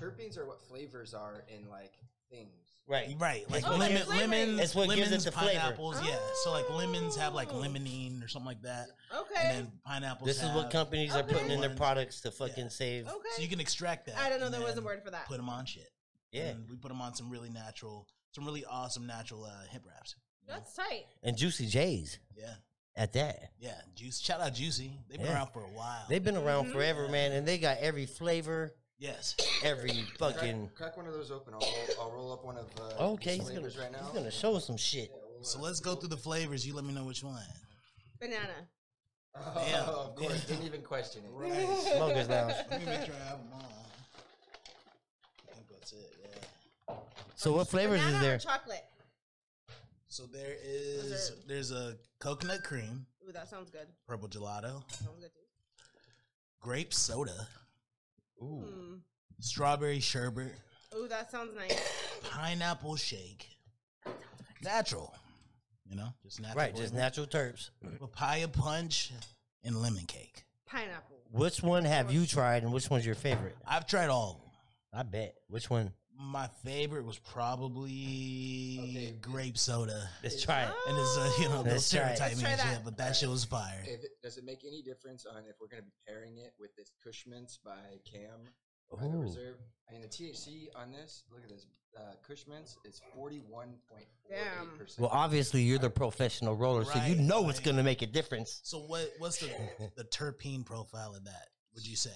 S4: Terpenes are what flavors are in like things.
S3: Right.
S2: right, like
S1: Oh, like
S2: lemon,
S1: flavoring.
S2: lemons,
S3: That's what gives it
S2: lemons,
S3: the flavor.
S2: pineapples. Yeah, so like lemons have like
S1: Oh.
S2: limonene or something like that, and
S1: Okay.
S2: then pineapples.
S3: This is what
S2: have-
S3: companies are
S1: Okay.
S3: putting in their
S2: Ones.
S3: products to fucking save.
S1: okay.
S2: So you can extract that.
S1: I don't know.
S2: and
S1: There was a
S2: then
S1: word for that.
S2: Put them on shit.
S3: Yeah.
S2: and we put them on some really natural, some really awesome natural uh, hemp wraps.
S1: That's tight.
S3: And Juicy J's
S2: Yeah.
S3: at that.
S2: Yeah, Juice. Shout out Juicy. They've been
S3: Yeah.
S2: around for a while.
S3: They've been around
S1: Mm-hmm.
S3: forever, man, and they got every flavor,
S2: yes.
S3: every fucking.
S4: Crack, crack one of those open. I'll, roll- I'll roll up one of uh, these
S3: Okay, he's gonna
S4: flavors right now.
S3: he's gonna show us some shit.
S4: Yeah, we'll,
S2: So
S4: uh,
S2: let's go through the flavors. You let me know which one.
S1: Banana.
S4: Oh,
S2: Yeah.
S4: of course.
S2: Yeah.
S4: Didn't even question it.
S2: Right.
S3: Smokers lounge.
S2: let me make sure I have them all. I think that's it. Yeah.
S3: So what flavors
S1: Banana
S3: is
S1: or
S3: there?
S1: chocolate?
S2: So there is
S1: it-
S2: there's a coconut cream,
S1: Ooh, that sounds good.
S2: purple gelato,
S1: Sounds good too.
S2: grape soda,
S3: Ooh,
S2: strawberry sherbet,
S1: Hmm. Ooh, that sounds nice.
S2: pineapple shake. Natural. You know, just natural.
S3: right, just
S2: flavor.
S3: natural terps.
S2: papaya punch and lemon cake.
S1: Pineapple.
S3: Which one have you tried, and which one's your favorite?
S2: I've tried all of them.
S3: I bet. Which one?
S2: My favorite was probably
S4: Okay.
S2: grape soda.
S3: Let's try it.
S2: And it's uh, you know, those
S3: Let's try it.
S2: stereotyping
S1: Let's
S2: and
S1: try
S2: shit,
S1: that.
S2: but that shit was fire.
S4: If it, does it make any difference on if we're going to be pairing it with this Cushman's by Cam by the
S3: Ooh.
S4: reserve. I mean, the THC on this, look at this, uh, Cushman's, it's 41.48%.
S3: Well, obviously you're the professional roller, so you
S2: Right,
S3: know it's
S2: right.
S3: gonna make a difference.
S2: So what what's the the terpene profile of that? Would you say?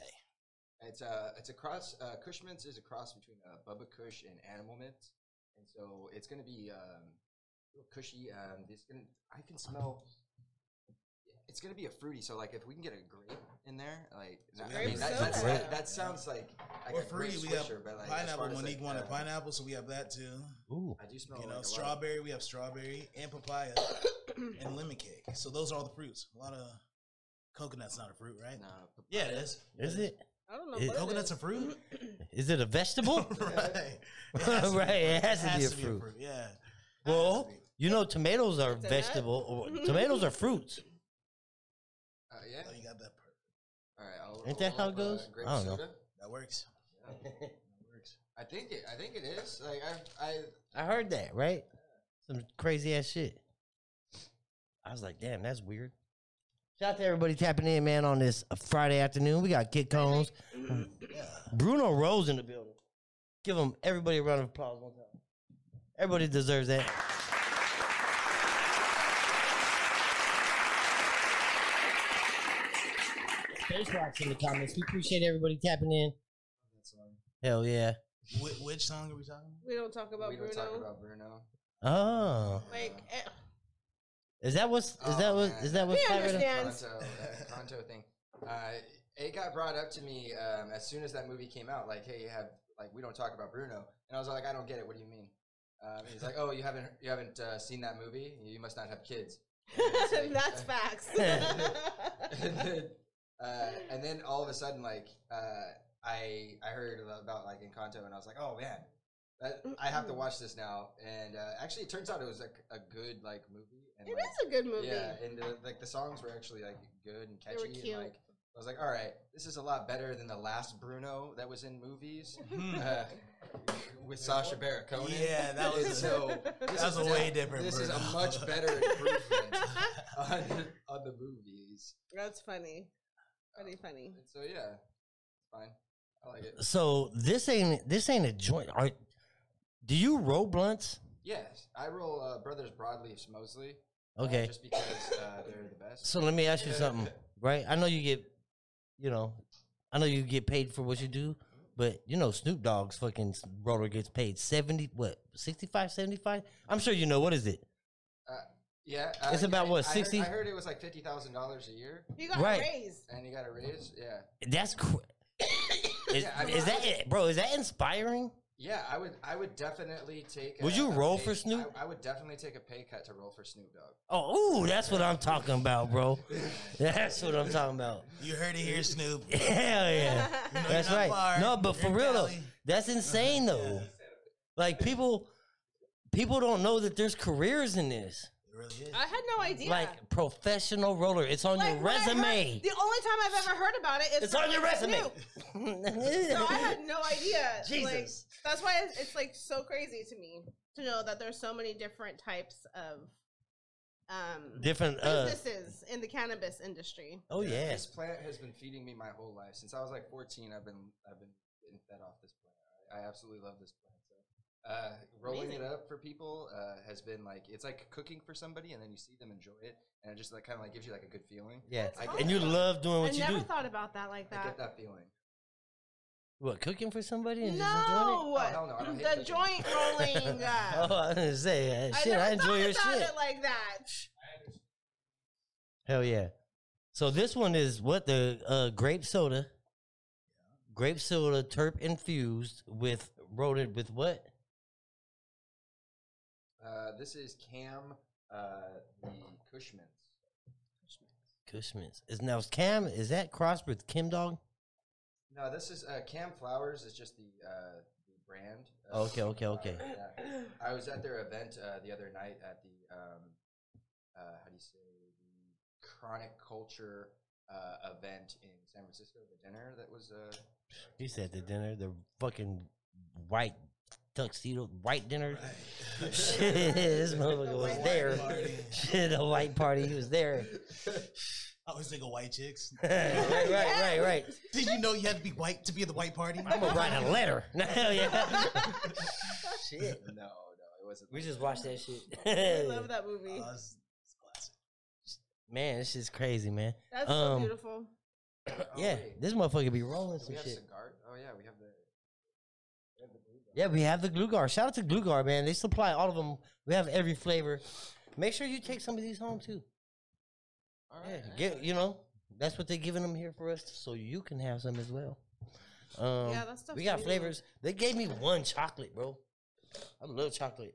S4: It's a it's a cross. Uh, Cushman's is a cross between uh, Bubba Kush and Animal Mints, and so it's gonna be um, a little cushy. Um, it's gonna I can smell. It's gonna be a fruity. So like if we can get a grape in there, like not- I
S1: grape
S4: mean, that,
S1: soda.
S4: that's, that, that sounds like like
S2: Or
S4: a grape
S2: fruity, we have
S4: swisher, but like as
S2: pineapple.
S4: far as,
S2: Monique
S4: like,
S2: wanted
S4: uh,
S2: pineapple, so we have that too.
S3: Ooh.
S4: I do smell
S2: you
S4: like
S2: know,
S4: a lot.
S2: strawberry. We have strawberry and papaya and lemon cake. So those are all the fruits. A lot of coconut's not a fruit, right?
S4: No,
S2: Yeah, it is.
S3: Is it?
S1: I don't know.
S3: It-
S1: what it
S2: Coconut's a
S1: is.
S2: fruit,
S3: Is it a vegetable?
S2: right?
S3: Right, it has to be a fruit.
S2: Yeah.
S3: well, you know tomatoes are
S1: It's a nut.
S3: vegetable. or- tomatoes are fruits.
S4: Uh, yeah.
S2: Oh, you got that. part.
S4: All right. I'll,
S3: Ain't that
S4: I'll
S3: how it
S4: roll up,
S3: goes?
S4: Uh, grape
S3: I don't know.
S4: soda.
S2: That works. That works.
S4: I think it. I think it is. Like I. I
S3: I heard that, right? Some crazy ass shit. I was like, damn, that's weird. Shout out to everybody tapping in, man, on this uh, Friday afternoon. We got Kid Cones,
S4: Mm-hmm.
S3: Bruno Rose in the building. Give them everybody a round of applause one time. Everybody deserves that. Space Rocks in the comments. We appreciate everybody tapping in. Hell yeah.
S2: Wh- which song are we talking? about?
S1: We don't talk about
S4: we
S1: Bruno.
S4: don't talk about Bruno.
S3: Oh.
S1: like, eh,
S3: Is that what's is that
S4: Oh,
S3: what
S4: man.
S3: is that
S1: we
S3: what's popping up?
S1: understand.
S4: Pronto, that Pronto thing. Uh, it got brought up to me um, as soon as that movie came out. Like, hey, you have like we don't talk about Bruno, and I was like, I don't get it. What do you mean? Um, he's like, oh, you haven't you haven't uh, seen that movie. You must not have kids. And it's like-
S1: That's facts.
S4: and then, uh, and then all of a sudden, like uh, I I heard about like Encanto, and I was like, oh man, that, I have to watch this now. And uh, actually, it turns out it was like a good like movie. And,
S1: It
S4: like,
S1: is a good movie.
S4: yeah, and the, like the songs were actually like good and
S1: They were
S4: catchy.
S1: cute.
S4: And, like I was like, all right, this is a lot better than the last Bruno that was in movies
S2: Hmm.
S4: uh, with Sasha Baron Cohen.
S2: Yeah, that was a-
S4: so.
S2: that
S4: This
S2: was
S4: is
S2: a way different
S4: This is
S2: Bruno.
S4: a much better improvement on, on the movies.
S1: That's funny. Funny, funny.
S4: And so yeah, fine. I like it.
S3: So this ain't this ain't a joint. Are, do you roll blunts?
S4: Yes, I roll uh, Brothers Broadleafs mostly. uh,
S3: Okay.
S4: just because uh, they're the best.
S3: So let me ask you something, right? I know you get, you know, I know you get paid for what you do, but you know Snoop Dogg's fucking s- roller gets paid seventy what 65, 75? I'm sure you know what is it?
S4: yeah, uh,
S3: It's about,
S4: yeah,
S3: what,
S4: I heard-
S3: 60?
S4: I heard it was like fifty thousand dollars a year,
S1: You got
S3: Right.
S1: raised.
S4: and you got a raise. Yeah.
S3: That's cr- is,
S4: Yeah, I mean,
S3: is that it, bro? Is that inspiring?
S4: Yeah, I would. I would definitely take.
S3: Would you roll for
S4: pay-
S3: Snoop?
S4: I, I would definitely take a pay cut to roll for Snoop Dogg.
S3: Oh, ooh, that's what I'm talking about, bro. That's what I'm talking about.
S2: You heard it here, Snoop.
S3: Hell yeah.
S2: No,
S3: That's
S2: you're
S3: right.
S2: not far.
S3: No, but for
S2: You're
S3: real though,
S2: Cali.
S3: that's insane though. Like people, people don't know that there's careers in this.
S2: It really is.
S1: I had no idea.
S3: Like professional roller, it's on your
S1: Like, when I heard-
S3: resume.
S1: the only time I've ever heard about it is
S3: It's
S1: from
S3: on your
S1: Snoop.
S3: resume.
S1: So I had no idea. Like,
S3: Jesus.
S1: that's why it's, it's like so crazy to me to know that there's so many different types of um
S3: Different. Uh,
S1: businesses in the cannabis industry.
S3: oh yeah.
S4: This plant has been feeding me my whole life since I was like 14. I've been I've been getting fed off this plant. I, I absolutely love this plant. So. Uh, rolling it up for people uh, has been like it's like cooking for somebody, and then you see them enjoy it, and it just like kind of like gives you like a good feeling.
S3: Yeah.
S4: I get,
S3: And you
S1: awesome.
S3: love doing
S1: I
S3: what you
S1: never
S3: do.
S1: thought about that like
S4: I get
S1: that.
S4: that feeling.
S3: what cooking for somebody and just enjoying it?
S1: No,
S4: Oh, hell no, I don't hate
S1: the
S4: cooking.
S1: joint rolling. uh,
S3: Oh, I was gonna say uh,
S1: I
S3: shit.
S1: never
S3: I enjoy
S1: thought
S3: your
S1: about
S3: shit.
S1: it like that.
S3: Hell yeah. So this one is what the uh, grape soda, grape soda terp infused with rolled with what?
S4: Uh, this is Cam uh, the Cushman's.
S3: Cushman's. Is now is Cam? Is that crossed with Kim Dog?
S4: No, this is uh, Cam Flowers is just the uh, the brand.
S3: Oh, okay, okay, okay.
S4: Uh, yeah. I was at their event uh, the other night at the um, uh, how do you say the chronic culture uh, event in San Francisco. The dinner that was uh,
S3: He said the dinner, the fucking white tuxedo, white dinner. Shit, this motherfucker was
S1: white
S3: there.
S2: party.
S3: Shit, a white party. He was there.
S2: I always think of white chicks.
S3: right, right, right, right.
S2: Did you know you had to be white to be at the white party?
S3: I'm gonna write a letter. Hell yeah. Shit.
S4: No, no, it wasn't.
S3: We just watched that shit.
S1: I love that movie.
S2: Uh, it's- it's classic.
S3: Man, this shit's crazy, man.
S1: That's so
S3: um,
S1: beautiful.
S4: Oh,
S3: yeah,
S4: wait.
S3: this motherfucker be rolling
S4: Do
S3: some
S4: we have
S3: shit.
S4: cigar? Oh yeah, we have the. we have the blue guy.
S3: Yeah, we have the glue guard. Shout out to glue guard, man. They supply all of them. We have every flavor. Make sure you take some of these home too.
S4: All
S3: Yeah,
S4: right.
S3: get you know that's what they're giving them here for us, so you can have some as well. Um,
S1: Yeah, that stuff's
S3: we got
S1: amazing.
S3: flavors. They gave me one chocolate, bro. I love chocolate.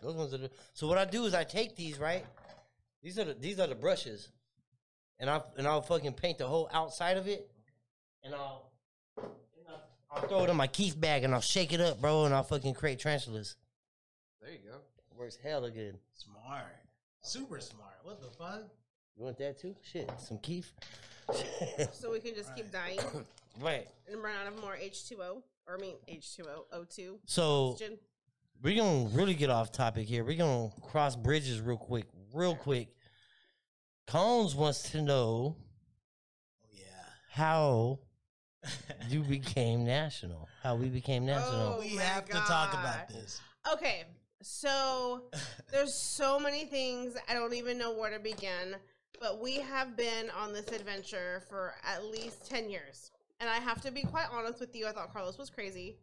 S3: Those ones are the, so. What I do is I take these right. These are the, these are the brushes, and I and I'll fucking paint the whole outside of it, and I'll. and I'll- I'll throw it in my Keith bag and I'll shake it up, bro, and I'll fucking create tarantulas.
S4: There you go.
S3: Works hella good.
S2: Smart. Super smart. What the fuck?
S3: You want that too? Shit, some Keith.
S1: So we can just keep dying
S3: right.
S1: and run out of more H2O, or I mean H2O, O2.
S3: So
S1: Oxygen.
S3: we're gonna really get off topic here. We're gonna cross bridges real quick, real quick. Combs wants to know
S2: Oh yeah.
S3: how you became national. How we became national.
S1: Oh
S2: we
S1: my
S2: have to talk about
S1: God.
S2: this.
S1: Okay, so there's so many things I don't even know where to begin, but we have been on this adventure for at least 10 years. And I have to be quite honest with you, I thought Carlos was crazy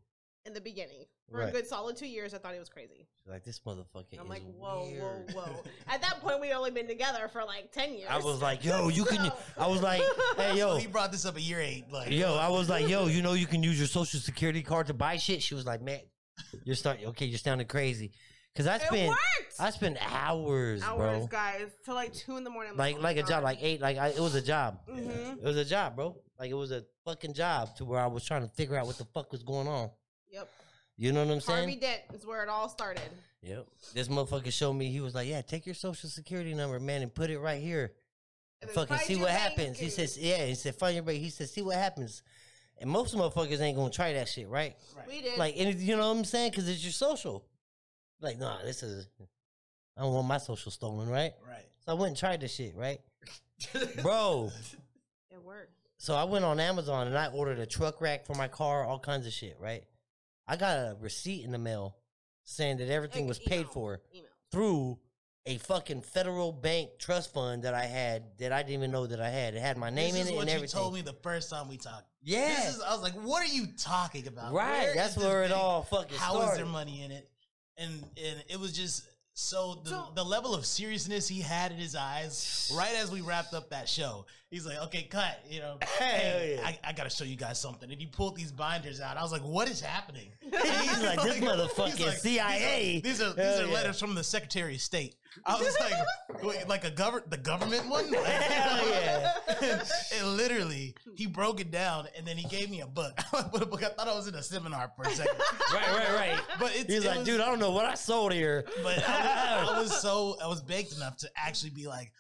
S1: in the beginning. For
S3: Right.
S1: a good solid two years, I thought he was crazy.
S3: Like this motherfucker.
S1: And I'm
S3: is
S1: like, whoa,
S3: weird.
S1: whoa, whoa. At that point, we'd only been together for like 10 years.
S3: I was like, yo, you can. I was like, hey,
S2: So
S3: yo,
S2: he brought this up at year eight. Like
S3: yo. I was like, yo, you know, you can use your social security card to buy shit. She was like, man, you're starting. Okay, you're sounding crazy. Cause I
S1: it
S3: spent,
S1: worked!
S3: I spent hours,
S1: Hours,
S3: bro.
S1: guys, till like oh 2 in the morning.
S3: Like, like a job, like eight, like I, it was a job.
S1: Mm-hmm.
S3: It was a job, bro. Like it was a fucking job to where I was trying to figure out what the fuck was going on.
S1: Yep.
S3: You know what I'm
S1: Harvey
S3: saying?
S1: Dent is where it all started.
S3: Yep. This motherfucker showed me. He was like, "Yeah, take your social security number, man, and put it right here.
S1: And then
S3: fucking
S1: find
S3: see
S1: your
S3: what
S1: bank
S3: happens." He
S1: and-
S3: says, "Yeah." He said, "Find your bank." He said, "See what happens." And most motherfuckers ain't gonna try that shit, right?
S1: We did.
S3: Like, and you know what I'm saying? Because it's your social. Like, nah, this is. I don't want my social stolen, right?
S2: Right.
S3: So I went and tried this shit, right? Bro,
S1: it worked.
S3: So I went on Amazon and I ordered a truck rack for my car, all kinds of shit, right? I got a receipt in the mail saying that everything was paid
S1: Email.
S3: for
S1: Email.
S3: through a fucking federal bank trust fund that I had that I didn't even know that I had. It had my name
S2: this
S3: in
S2: is
S3: it
S2: what
S3: and
S2: you
S3: everything.
S2: told me the first time we talked.
S3: yeah.
S2: This is I was like, what are you talking about?
S3: right.
S2: Where
S3: That's
S2: is this
S3: where it
S2: thing?
S3: all fucking
S2: How is
S3: started.
S2: there money in it? And and it was just so the,
S1: So-
S2: the level of seriousness he had in his eyes right as we wrapped up that show. He's like, okay, cut. You know, hey,
S3: yeah.
S2: I, I gotta show you guys something. And he pulled these binders out. I was like, what is happening?
S3: He's like, this motherfucking CIA.
S2: These are these
S3: Hell
S2: are
S3: yeah.
S2: letters from the Secretary of State. I was just like, wait, like a government, the government one. Like,
S3: Hell yeah.
S2: and literally, he broke it down, and then he gave me a book. I put a book. I thought I was in a seminar for a second,
S3: right, right, right.
S2: but it's,
S3: He's
S2: it
S3: like,
S2: was-
S3: dude, I don't know what I sold here.
S2: But I was, I was so I was baked enough to actually be like.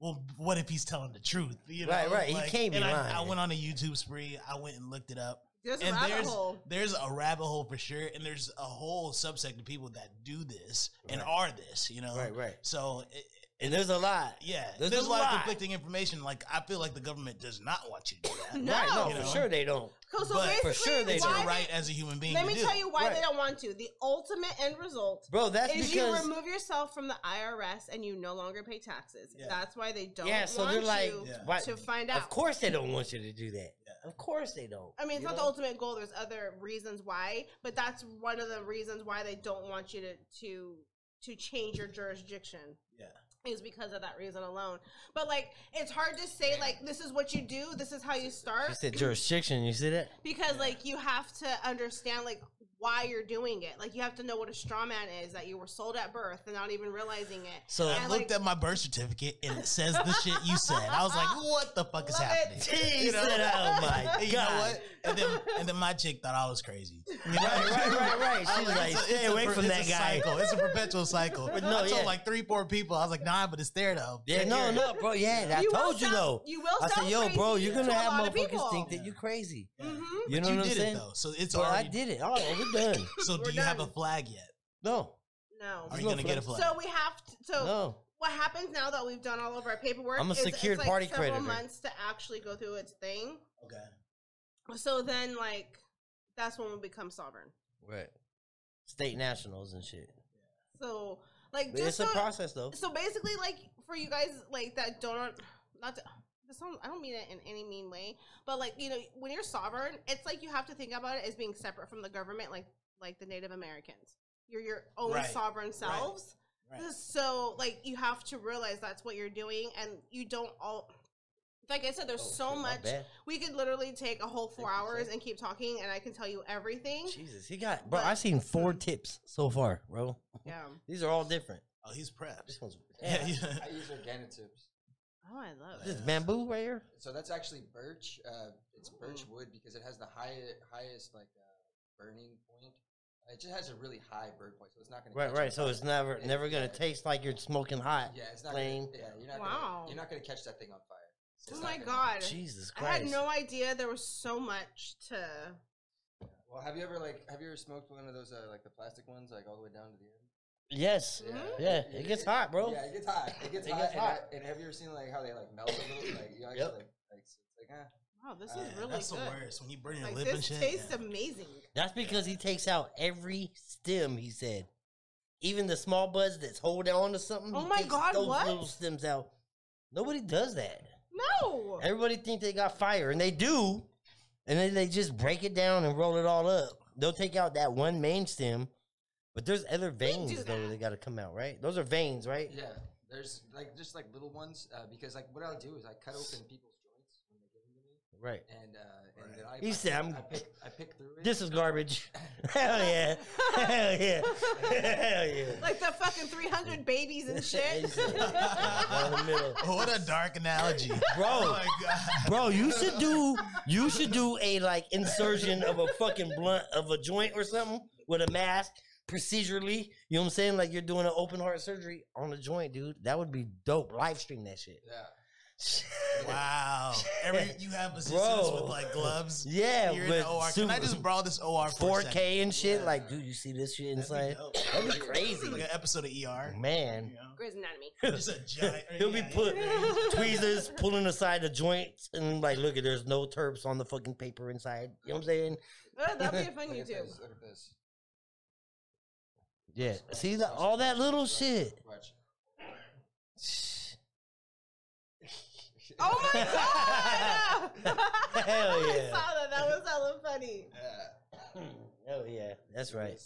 S2: Well, what if he's telling the truth? You know,
S3: Right, right. He
S2: like-
S3: can't be
S2: and I-
S3: lying.
S2: I went on a YouTube spree. I went and looked it up
S1: There's a
S2: and
S1: rabbit
S2: there's
S1: hole.
S2: there's a rabbit hole for sure, and there's a whole subsect of people that do this and are this, you know.
S3: Right, right.
S2: So it,
S3: And there's a lot.
S2: yeah,
S3: There's
S2: there's,
S3: a
S2: a lot,
S3: lot.
S2: of conflicting information. Like I feel like the government does not want you to do that.
S1: No.
S3: Right, no,
S1: You
S3: for
S2: know?
S3: sure they don't.
S1: Cool, so
S2: but
S1: basically,
S3: for sure they
S2: It's
S3: do.
S1: why
S2: your
S1: they-
S2: right as a human being.
S1: Let
S2: to
S1: me
S2: do.
S1: tell you why
S3: Right.
S1: they don't want to. The ultimate end result
S3: Bro, that's
S1: is
S3: because
S1: you remove yourself from the IRS and you no longer pay taxes.
S2: Yeah.
S1: That's why they don't
S3: yeah, so
S1: want
S3: they're like,
S1: you
S2: Yeah.
S3: why-
S1: to find out.
S3: Of course they don't want you to do that.
S2: Yeah.
S3: Of course they don't.
S1: I mean, it's
S3: you
S1: not the
S3: know?
S1: ultimate goal. There's other reasons why, but that's one of the reasons why they don't want you to to to change your jurisdiction.
S2: Yeah.
S1: is because of that reason alone. But like, it's hard to say like this is what you do, this is how you start.
S3: You said jurisdiction. You see that?
S1: because like you have to understand like why you're doing it like you have to know what a straw man is that you were sold at birth and not even realizing it
S3: So
S2: I
S1: And,
S2: looked
S1: like-
S2: at my birth certificate and it says the shit you said. I was like, what the fuck is
S1: Love
S2: happening?
S1: it.
S3: He said, "Oh my
S2: And you know
S3: God."
S2: what? And then, and then my chick thought I was crazy.
S3: right, right, right, right.
S2: I
S3: She's
S2: was
S3: like,
S2: it's a-
S3: stay
S2: it's a
S3: away
S2: per-
S3: from
S2: it's
S3: that
S2: a
S3: guy.
S2: Cycle. It's a perpetual cycle.
S3: But no,
S2: I told
S3: yeah.
S2: like three, four people. I was like, nah, but it's there though.
S3: Yeah,
S2: Take
S3: no,
S2: care.
S3: no, bro. Yeah,
S1: You
S3: I
S1: will
S3: told you
S1: sound-
S3: though.
S1: you will
S3: I said,
S1: sound
S3: yo, bro,
S1: crazy
S3: you're gonna
S1: to a
S3: have
S1: lot of
S3: motherfuckers
S1: people."
S3: think that you're crazy.
S1: Mhm.
S3: You know
S2: Mm-hmm. you
S3: what I'm
S2: did
S3: saying?
S2: it though, so it's
S3: Well, I
S2: already.
S3: did it. Oh, we're done.
S2: So
S1: We're
S2: do you have a
S1: done.
S2: flag yet?
S3: No,
S1: no
S2: Are
S3: There's
S2: you
S3: no
S2: gonna get a
S3: flag.
S2: flag?
S1: so we have to so
S3: no.
S1: what happens now that we've done all of our paperwork
S3: I'm a
S1: is
S3: secured
S1: it's like
S3: party
S1: several
S3: creditor.
S1: months to actually go through its thing.
S2: Okay.
S1: So then, like, that's when we become sovereign.
S3: Right. State nationals and shit.
S1: So, like,
S3: But it's
S1: just
S3: a
S1: so,
S3: process though.
S1: so basically, like, for you guys, like, that don't, not to, this don't, I don't mean it in any mean way, but like, you know, when you're sovereign, it's like you have to think about it as being separate from the government, like, like the Native Americans. You're your own
S2: Right.
S1: sovereign selves.
S2: Right.
S1: So like you have to realize that's what you're doing, and you don't all. Like I said, there's
S3: Oh,
S1: so
S3: shit, my
S1: much.
S3: bad.
S1: We could literally take a whole four
S3: Thank you,
S1: hours
S3: sir.
S1: and keep talking, and I can tell you everything.
S3: Jesus, he got bro.
S1: But-
S3: I've seen four tips so far, bro.
S1: Yeah.
S3: These are all different.
S2: Oh, he's prepped.
S3: This one's
S2: Yeah.
S3: yeah.
S2: yeah.
S4: I use organotips.
S1: Oh, I love
S3: This
S1: it.
S3: is bamboo right here.
S4: So that's actually birch. Uh, it's birch
S1: Ooh.
S4: wood because it has the high, highest like uh, burning point. It just has a really high burn point, so it's not going to
S3: Right, right. So it's never
S4: Yeah,
S3: never gonna
S4: yeah.
S3: taste like you're smoking hot.
S4: yeah, it's not. Gonna, yeah,
S3: flame.
S4: you're not.
S1: Wow.
S4: Gonna, you're not going to catch that thing on fire. It's
S1: Oh
S4: not
S1: my
S4: gonna-
S1: god.
S3: Jesus
S1: I
S3: Christ.
S1: had no idea there was so much to.
S4: Well, have you ever like have you ever smoked one of those uh, like the plastic ones like all the way down to the end?
S3: Yes.
S1: Mhm.
S3: Yeah, it gets hot, bro.
S4: Yeah, it gets hot. It gets
S3: It
S4: hot.
S3: gets
S4: and,
S3: hot.
S4: and have you ever seen like how they like melt a little? Like you actually
S3: Yep.
S4: like like it's like eh.
S1: Wow, this
S2: Yeah,
S1: is really
S2: that's
S1: good.
S2: the worst when you burn your
S1: Like
S2: lip and
S1: this
S2: shit.
S1: tastes
S2: yeah.
S1: amazing.
S3: That's because he takes out every stem. He said, even the small buds that's holding on to something.
S1: Oh
S3: he
S1: my
S3: takes
S1: God,
S3: Those
S1: what?
S3: little stems out. Nobody does that.
S1: No.
S3: Everybody think they got fire, and they do, and then they just break it down and roll it all up. They'll take out that one main stem, but there's other
S1: do
S3: veins though
S1: that.
S3: that got to come out, right? Those are veins, right?
S4: Yeah, there's like just like little ones uh, because like what I'll do is I cut open people's joints when they give them to me,
S3: Right.
S4: and uh,
S2: Right.
S4: and then I
S3: He
S4: I
S3: said,
S4: pick-
S3: "I'm-
S4: I pick I pick through it.
S3: This is garbage. Hell yeah. Hell yeah. Hell yeah.
S1: Like the fucking 300 babies and shit.
S3: Down the middle.
S2: Oh, What a dark analogy,
S3: Bro.
S2: Oh my god.
S3: Bro, you should do you should do a like insertion of a fucking blunt of a joint or something with a mask procedurally. You know what I'm saying? Like you're doing an open heart surgery on a joint, dude. That would be dope. Live stream that shit.
S4: yeah,
S2: Wow. Every you have assistants
S3: Bro.
S2: with like gloves.
S3: Yeah,
S2: You're in
S3: but
S2: the OR. Can I
S3: super-
S2: just borrow this OR for a second?
S3: 4K and shit.
S4: Yeah.
S3: Like, dude, you see this shit inside?
S2: That'd be dope.
S3: That'd be crazy.
S2: Like an episode of ER.
S3: Man.
S2: You know?
S1: Grey's Anatomy.
S2: Just a giant.
S3: He'll be
S2: yeah,
S3: put
S2: yeah.
S3: tweezers pulling aside the joints and like, look at there's no terps on the fucking paper inside. You know what I'm saying?
S1: Oh, that'd be a fun
S4: look at
S1: YouTube.
S4: this. Look at this.
S3: Yeah. See that all that little shit.
S4: Watch.
S1: Oh my god!
S3: Hell
S1: I
S3: yeah.
S1: saw that. That was hella funny.
S4: Yeah.
S3: Oh yeah, that's right.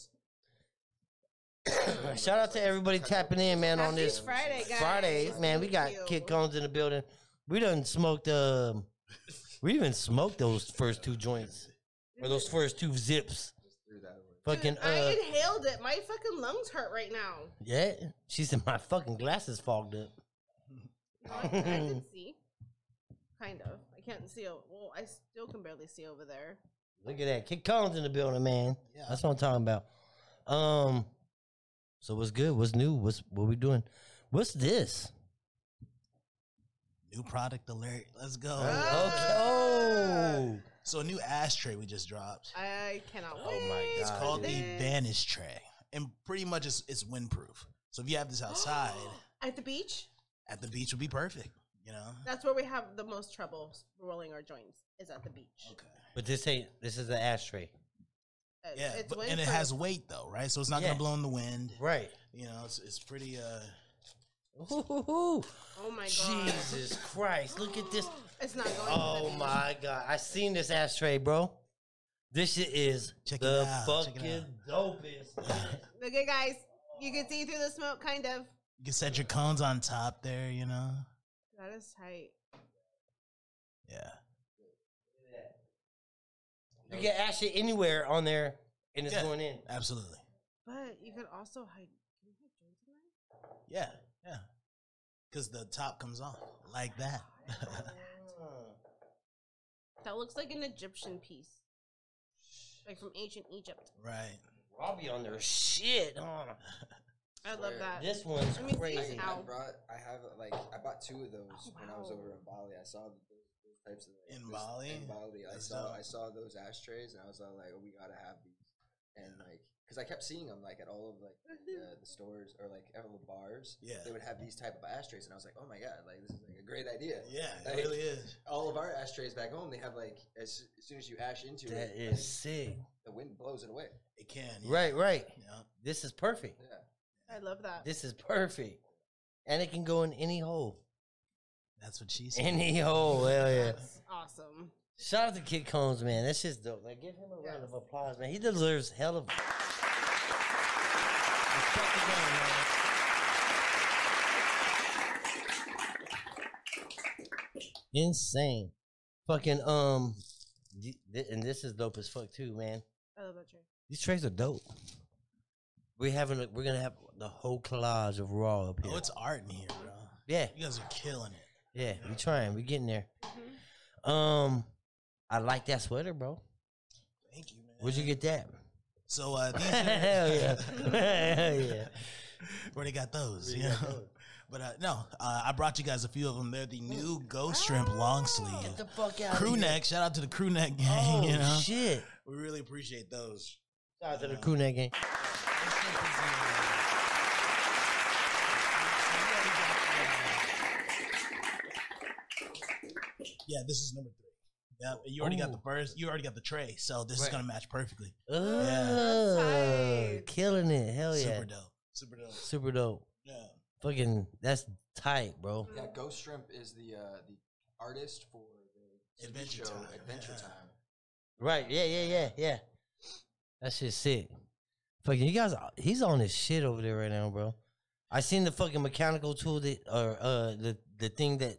S4: Yeah.
S3: Shout out to everybody tapping in, man, on
S1: Happy
S3: this
S1: Friday, guys.
S3: Friday, man. We got
S1: Thank you.
S3: Kid Cones in the building. We done smoked um we even smoked those first two joints. Or those first two zips.
S4: Just threw that away.
S1: Dude,
S3: Fucking
S1: I
S3: uh
S1: inhaled it. My fucking lungs hurt right now.
S3: yeah. She said my fucking glasses fogged up.
S1: You know, I, I can see, kind of. I can't see. o- Well, I still can barely see over there.
S3: Look at that. Kid Cones in the building, man.
S2: Yeah.
S3: That's what I'm talking about. Um so what's good? What's new? What's what we doing? What's this?
S2: New product alert. Let's go.
S3: Okay. Oh.
S2: So a new ashtray we just dropped.
S1: I cannot
S3: Oh
S1: wait.
S3: my God,
S1: for
S2: called the
S1: this.
S2: Vanish Tray, and pretty much it's, it's windproof. So if you have this outside
S1: At the beach,
S2: at the beach, would be perfect. You know.
S1: that's where we have the most trouble rolling our joints. Is at the beach.
S2: Okay.
S3: But this ain't this is the ashtray.
S1: It-
S2: Yeah,
S1: it's
S2: but, and it
S1: windproof.
S2: has weight though, right? So it's not
S3: Yeah.
S2: gonna blow in the wind.
S3: Right.
S2: You know, it's, it's pretty. uh
S3: Ooh,
S1: Oh my god!
S3: Jesus Christ. Look at this.
S1: It's not going. to the
S3: Oh
S1: beach.
S3: my God. I seen this ashtray, bro. This shit is
S2: Check it
S3: the
S2: out, check
S3: fucking
S2: it
S3: dopest.
S1: Look at guys. You can see through the smoke, kind of.
S2: You can set your cones on top there. You know.
S1: That is tight.
S2: Yeah.
S3: you can ash it anywhere on there and it's
S2: Yeah.
S3: going in.
S2: Absolutely.
S1: But you could also hide. Can you hide joints in there?
S2: Yeah. Yeah. Because the top comes off like that.
S3: Ah,
S2: Ah.
S1: That looks like an Egyptian piece, like from ancient Egypt.
S2: right.
S3: I'll be on there. Shit. Oh,
S1: I love
S4: Swear.
S1: that.
S3: this one's
S1: Let me see.
S3: crazy.
S4: I, I
S1: Ow.
S4: brought. I have uh, like I bought two of those
S1: Oh,
S4: when I was
S1: wow.
S4: over in Bali. I saw th- those, those types of like,
S2: In
S4: those-
S2: Bali?
S4: In Bali, I
S2: That's
S4: saw
S2: dope.
S4: I saw those ashtrays and I was all like, oh, we gotta have these. And like because I kept seeing them like at all of like the, the stores or like at all the bars.
S2: Yeah.
S4: they would have these type of ashtrays, and I was like, oh my god, like this is like a great idea.
S2: Yeah, it
S4: Like,
S2: really is.
S4: All of our ashtrays back home, they have like as, as soon as you ash into
S3: That
S4: it,
S3: is sick.
S4: the wind blows it away.
S2: It can. Yeah.
S3: Right, right.
S2: Yeah.
S3: This is perfect.
S4: Yeah,
S1: I love that.
S3: This is perfect. And it can go in any hole.
S2: That's what she said.
S3: Any hole. Hell yeah.
S1: That's awesome.
S3: Shout out to Kid Combs, man. That's just dope. Like, give him a round of applause, man. He deserves hell of.
S2: Respect the game, man.
S3: Insane. Fucking um, th- th- and this is dope as fuck too, man.
S1: I love that train.
S3: These tracks are dope. We're having a, we're gonna have the whole collage of raw up here.
S2: Oh, it's art in here, bro.
S3: yeah,
S2: You guys are killing it.
S3: yeah. We trying. We getting there. Um, I like that sweater, bro.
S2: Thank you, man.
S3: Where'd you get that?
S2: So uh, these are-
S3: Hell yeah. Hell yeah.
S2: Where they got those? You know. But uh, no, uh, I brought you guys a few of them. They're the new Ghost Shrimp long sleeve.
S3: Get Oh, the fuck out.
S2: Crew
S3: here.
S2: neck. Shout out to the crew neck gang.
S3: Oh
S2: you know,
S3: shit.
S2: we really appreciate those.
S3: Shout out to the crew neck gang.
S2: This shrimp is, uh, Yeah, this is number three. Yep, and you already got the
S3: Ooh.
S2: first. You already got the tray, so this is
S4: Right.
S2: gonna match perfectly.
S3: Oh,
S1: tight.
S3: killing it. Hell yeah.
S2: Super dope. Super dope.
S3: Super dope.
S2: Yeah.
S3: Fucking, that's tight, bro.
S1: Mm.
S4: yeah. Ghost Shrimp is the uh, the artist for the TV
S2: Adventure
S4: show
S2: Time,
S4: Adventure
S2: yeah.
S4: Time.
S3: Right? Yeah, yeah, yeah, yeah. That shit's sick. Fucking, you guys, he's on his shit over there right now, bro. I seen the fucking mechanical tool that, or uh, the the thing that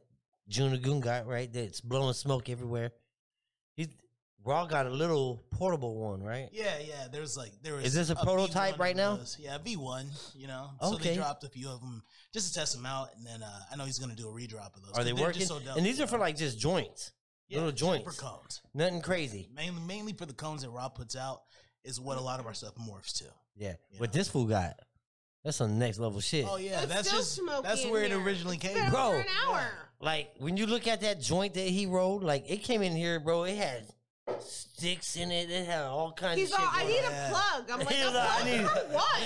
S3: Junagoon got right. That's blowing smoke everywhere. He's Raw got a little portable one, right?
S2: Yeah, yeah. There's like there was.
S3: Is this a
S2: V1
S3: prototype
S2: of
S3: right now?
S2: those. Yeah, V one. You know. So
S3: Okay.
S2: they dropped a few of them just to test them out, and then uh, I know he's gonna do a redrop of those.
S3: Are
S2: 'cause
S3: they
S2: they're just
S3: working?
S2: so dope,
S3: and these
S2: you
S3: are for
S2: know?
S3: like just joints, little joints,
S2: for cones.
S3: nothing crazy.
S2: Mainly, mainly for the cones that Rob puts out is what a lot of our stuff morphs to.
S3: Yeah,
S2: You
S3: what
S2: know.
S3: this fool got, that's some next level shit.
S2: Oh yeah,
S1: It's
S2: that's
S1: still
S2: just
S1: smoky
S2: that's
S1: in
S2: where it
S1: here.
S2: originally
S1: It's
S2: came.
S1: been
S2: from.
S3: Bro.
S1: over an hour.
S3: Like when you look at that joint that he rolled, like it came in here, bro. It had sticks in it. It had all kinds
S1: He's
S3: of
S1: all,
S3: shit.
S1: I
S3: going
S1: need
S3: on.
S1: a plug. I'm like,
S3: He's
S1: a
S3: like, I
S1: plug
S3: need-
S1: for what?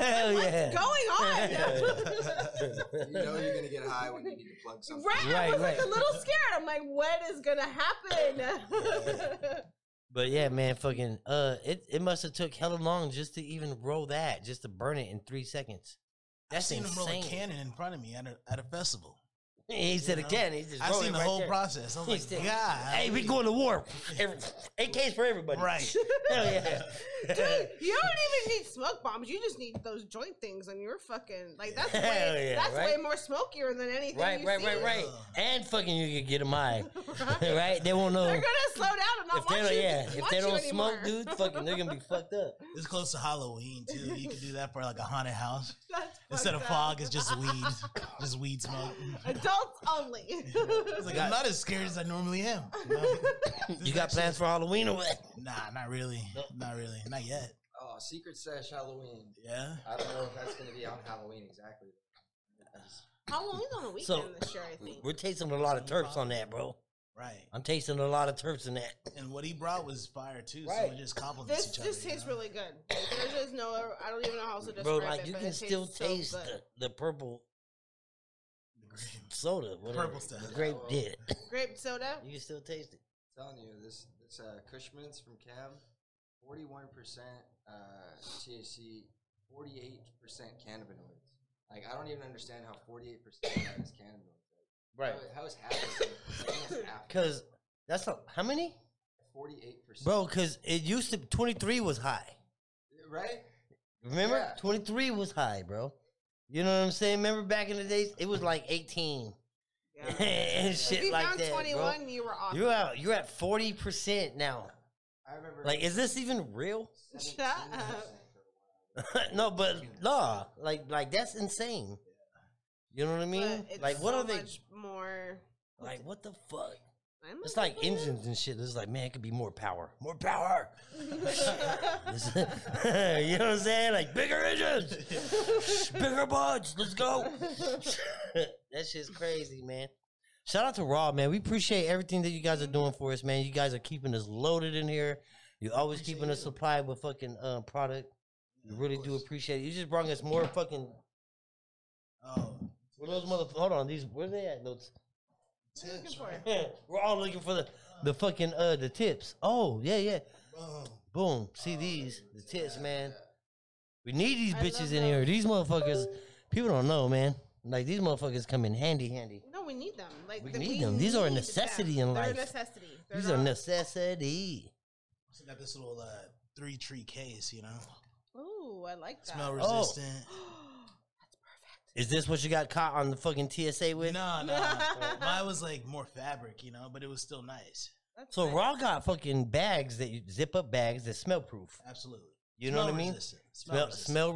S3: Hell
S1: What's
S3: yeah.
S1: going on?
S4: You know you're gonna get high when you need to plug something.
S1: Right, I
S3: Right,
S1: was like
S3: right.
S1: a little scared. I'm like, what is gonna happen?
S3: But yeah, man, fucking uh it, it must have took hella long just to even roll that, just to burn it in three seconds.
S2: I've
S3: That's
S2: seen him roll a
S3: insane.
S2: cannon in front of me at a, at a festival.
S3: he said
S2: you know?
S3: again, he just
S2: I've
S3: rolled
S2: seen
S3: it
S2: the
S3: right
S2: whole
S3: there.
S2: process. I
S3: He's
S2: was
S3: dead.
S2: like, God,
S3: Hey, we going to war. Every, AKs for everybody.
S2: right?
S3: Hell yeah.
S1: Dude, you don't even need smoke bombs. You just need those joint things on your fucking like that's
S3: Hell
S1: way
S3: yeah,
S1: that's
S3: right?
S1: way more smokier than anything.
S3: right,
S1: you
S3: right,
S1: see.
S3: right, right. And fucking you could get a mic. right? They won't know.
S1: They're gonna slow down and not
S3: if they
S1: watch
S3: don't,
S1: you.
S3: yeah, if
S1: watch
S3: they
S1: you
S3: don't
S1: anymore.
S3: smoke, dude, fucking, they're gonna be fucked up.
S2: It's close to Halloween too. You can do that for like a haunted house.
S1: That's
S2: Instead of
S1: fucked up.
S2: fog, it's just weed, just weed smoke.
S1: Adults only.
S2: It's like I'm not as scared as I normally am. you know?
S3: You got plans for Halloween or what?
S2: Nah, not really. Not really. Not yet.
S4: Oh, Secret Sesh Halloween.
S2: Yeah.
S4: I don't know if that's gonna be on Halloween exactly.
S1: Halloween's on a weekend
S3: So-
S1: this year, I think.
S3: We're tasting a lot of terps on that, bro.
S2: Right.
S3: I'm tasting a lot of terps in that.
S2: And what he brought was fire too. So
S3: Right.
S2: it just complements
S1: This
S2: each other.
S1: just
S2: you
S1: tastes
S2: know?
S1: really good. Like, there's just no, I don't even know how else to describe
S3: Bro, like
S1: it.
S3: you
S1: but
S3: can
S1: it
S3: still
S1: tastes so
S3: taste
S1: good.
S3: the, the purple soda, whatever.
S2: Purple stuff.
S3: The grape
S1: Oh.
S3: did.
S1: grape soda.
S3: You can still taste it.
S4: I'm telling you, this this uh, Cushman's from Cam, 41 percent uh, THC, 48 percent cannabinoids. Like I don't even understand how 48 percent is cannabinoids. Like, How, how is half? the same? It's almost half.
S3: Cause that's not how many,
S4: 48 percent.
S3: bro. Cause it used to 23 was high.
S4: Right.
S3: Remember,
S4: Yeah.
S3: 23 was high, bro. You know what I'm saying? Remember back in the days, it was like 18 and
S1: If
S3: shit
S1: you
S3: like
S1: found
S3: that,
S1: 21, you were
S3: bro.
S1: awesome.
S3: You're out. You're at 40 percent now.
S4: I remember.
S3: Like, is this even real?
S4: 17%
S1: Shut
S4: for a
S1: up.
S4: while.
S3: no, but nah, like like that's insane. You know what I mean?
S1: But it's
S3: Like what
S1: so
S3: are they
S1: Much more.
S3: like what the fuck?
S1: I'm
S3: It's
S1: not
S3: like
S1: gonna-
S3: engines and shit. It's like, man, it could be more power. More power. This- you know what I'm saying? Like bigger engines. bigger buds. Let's go. that shit's crazy, man. Shout out to Raw, man. We appreciate everything that you guys are doing for us, man. You guys are keeping us loaded in here. You're always keeping us supplied with fucking uh, product. We really do appreciate it. You just brought us more fucking.
S2: Oh,
S3: Where those motherfuckers? Hold on, these where they at? Those,
S1: What are you looking for?
S3: we're all looking for the the fucking uh the tips. Oh yeah yeah.
S2: boom.
S3: Boom. See these the tips, man. We need these
S1: I love
S3: bitches in here.
S1: those.
S3: These motherfuckers. People don't know, man. Like these motherfuckers come in handy handy.
S1: No, we need them. Like
S3: We
S1: the-
S3: need them. These are a
S1: need
S3: necessity
S1: them.
S3: in
S1: They're a
S3: life.
S1: necessity. They're
S3: These are
S1: not-
S3: necessity.
S2: So got this little uh, three tree case, you know,
S1: Ooh, I like that.
S2: smell
S3: Oh.
S2: resistant.
S1: That's perfect.
S3: Is this what you got caught on the fucking TSA with?
S2: No, no, mine was like more fabric, you know, but it was still nice.
S1: That's
S3: So
S1: nice.
S3: Raw got fucking bags that you zip up bags that smell proof.
S2: Absolutely.
S3: You know
S2: Smell
S3: what I mean?
S2: resistant. Smell,
S3: Smell
S2: resistant.
S3: smell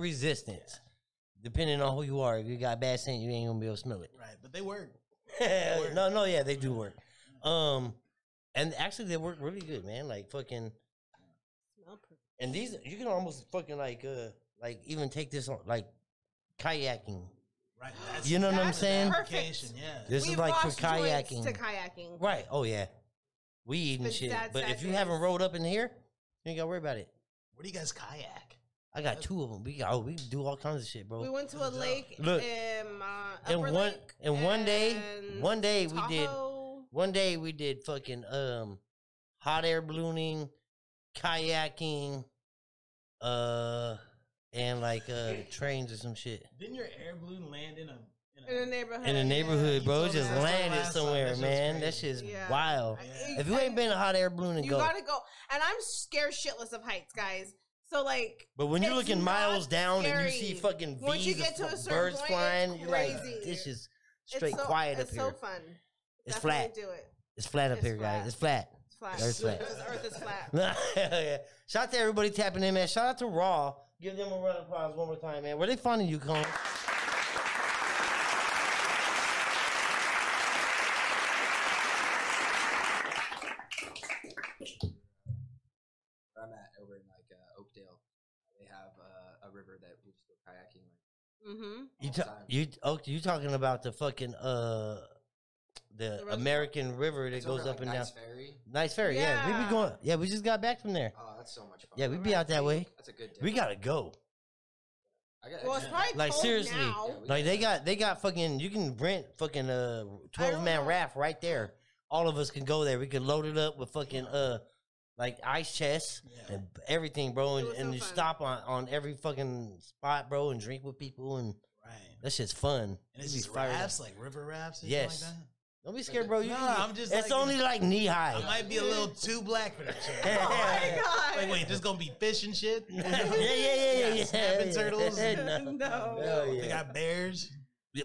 S3: resistance. Depending on who you are, if you got bad scent, you ain't gonna be able to smell it.
S2: Right, but they work. Work.
S3: no, no, yeah, they do work. Um, and actually, they work really good, man. Like fucking,
S1: Smell perfect.
S3: and these you can almost fucking like uh like even take this on like kayaking.
S2: Right. That's
S3: You know what I'm
S1: That's
S3: saying?
S1: perfect.
S2: application, yeah.
S3: This
S1: We've
S3: is like for
S1: lost joints
S3: kayaking,
S1: To kayaking.
S3: right? Oh yeah, we eating
S1: But
S3: shit.
S1: that's
S3: But if you
S1: that
S3: haven't
S1: is-
S3: rolled up in here, you ain't gotta worry about it.
S2: Where do you guys kayak?
S3: I got two of them. We got oh, we do all kinds of shit, bro.
S1: We went to a
S2: Good job.
S1: lake.
S3: Look,
S1: in, uh,
S3: and
S1: Upper
S3: one
S1: Lake
S3: and one day,
S1: and
S3: one day we did
S1: Tahoe.
S3: One day we did fucking um hot air ballooning, kayaking, uh and like uh trains or some shit.
S2: Didn't your air balloon land in a? In
S1: in the neighborhood.
S3: In the neighborhood,
S2: you
S3: bro, it
S2: told me
S3: just
S2: that story
S3: landed
S2: last time.
S3: somewhere,
S2: That shit's
S3: man. That
S2: crazy.
S3: shit's
S1: Yeah.
S3: wild.
S1: I-
S3: If you ain't been in a hot air balloon and
S1: you
S3: go,
S1: gotta go. And I'm scared shitless of heights, guys. So like,
S3: but when you're
S1: it's
S3: looking
S1: not
S3: miles down and you see
S1: scary.
S3: fucking
S1: Once you
S3: V's of
S1: get to a
S3: fu-
S1: certain
S3: birds
S1: point, it's
S3: flying, you're like,
S1: crazy.
S3: this is straight
S1: it's so,
S3: quiet up
S1: It's
S3: here.
S1: so fun.
S3: It's
S1: Definitely
S3: flat.
S1: Do it.
S3: It's flat up
S1: It's
S3: here, guys.
S1: flat.
S3: It's
S1: It's flat.
S3: flat. Earth's flat.
S1: Because Earth is flat.
S3: Nah, hell yeah. Shout out to everybody tapping in, man. Shout out to Raw. Give them a round of applause one more time, man. Where they finding you, Cone?
S4: where I'm at over in like uh, Oakdale, they have uh, a river that we just go kayaking like
S1: Mm-hmm.
S3: You
S4: all
S3: ta-
S4: the time.
S3: you oh, you talking about the fucking uh the,
S1: The river?
S3: American River that
S4: It's
S3: goes
S4: over,
S3: up
S4: like,
S3: and
S4: Knights
S3: down.
S4: Ferry.
S3: Nice ferry, yeah. We
S1: Yeah.
S3: be going. Yeah, we just got back from there.
S4: Oh, that's so much fun.
S3: Yeah, we be out that way.
S4: That's a good day.
S3: We gotta go.
S4: I got
S1: Well, it's
S4: extra-
S1: probably
S3: Like,
S1: cold
S3: seriously.
S1: Now.
S4: Yeah, we
S3: Like they got they got fucking. You can rent fucking a twelve man
S1: know.
S3: raft right there. All of us can go there. We could load it up with fucking uh like ice chests.
S2: Yeah.
S3: and everything, bro. And,
S1: was
S3: and
S1: so
S3: you
S1: fun.
S3: stop on, on every fucking spot, bro, and drink with people, and
S2: Right.
S3: that shit's fun.
S2: And it's
S3: You be
S2: just
S3: fired up.
S2: rafts, like river rafts.
S3: Yes.
S2: Yes. Like
S3: Don't be scared, bro. You
S2: No,
S3: can be-
S2: I'm just
S3: It's
S2: like-
S3: only like knee high.
S2: that. I might be a little too black for that
S1: Oh
S2: shit.
S1: my god.
S2: Wait, wait, this gonna be fish and shit?
S3: yeah, yeah, yeah, yeah, yeah.
S2: snapping
S3: yeah.
S2: turtles.
S3: no.
S1: no.
S3: Hell
S2: They
S3: yeah.
S2: got bears.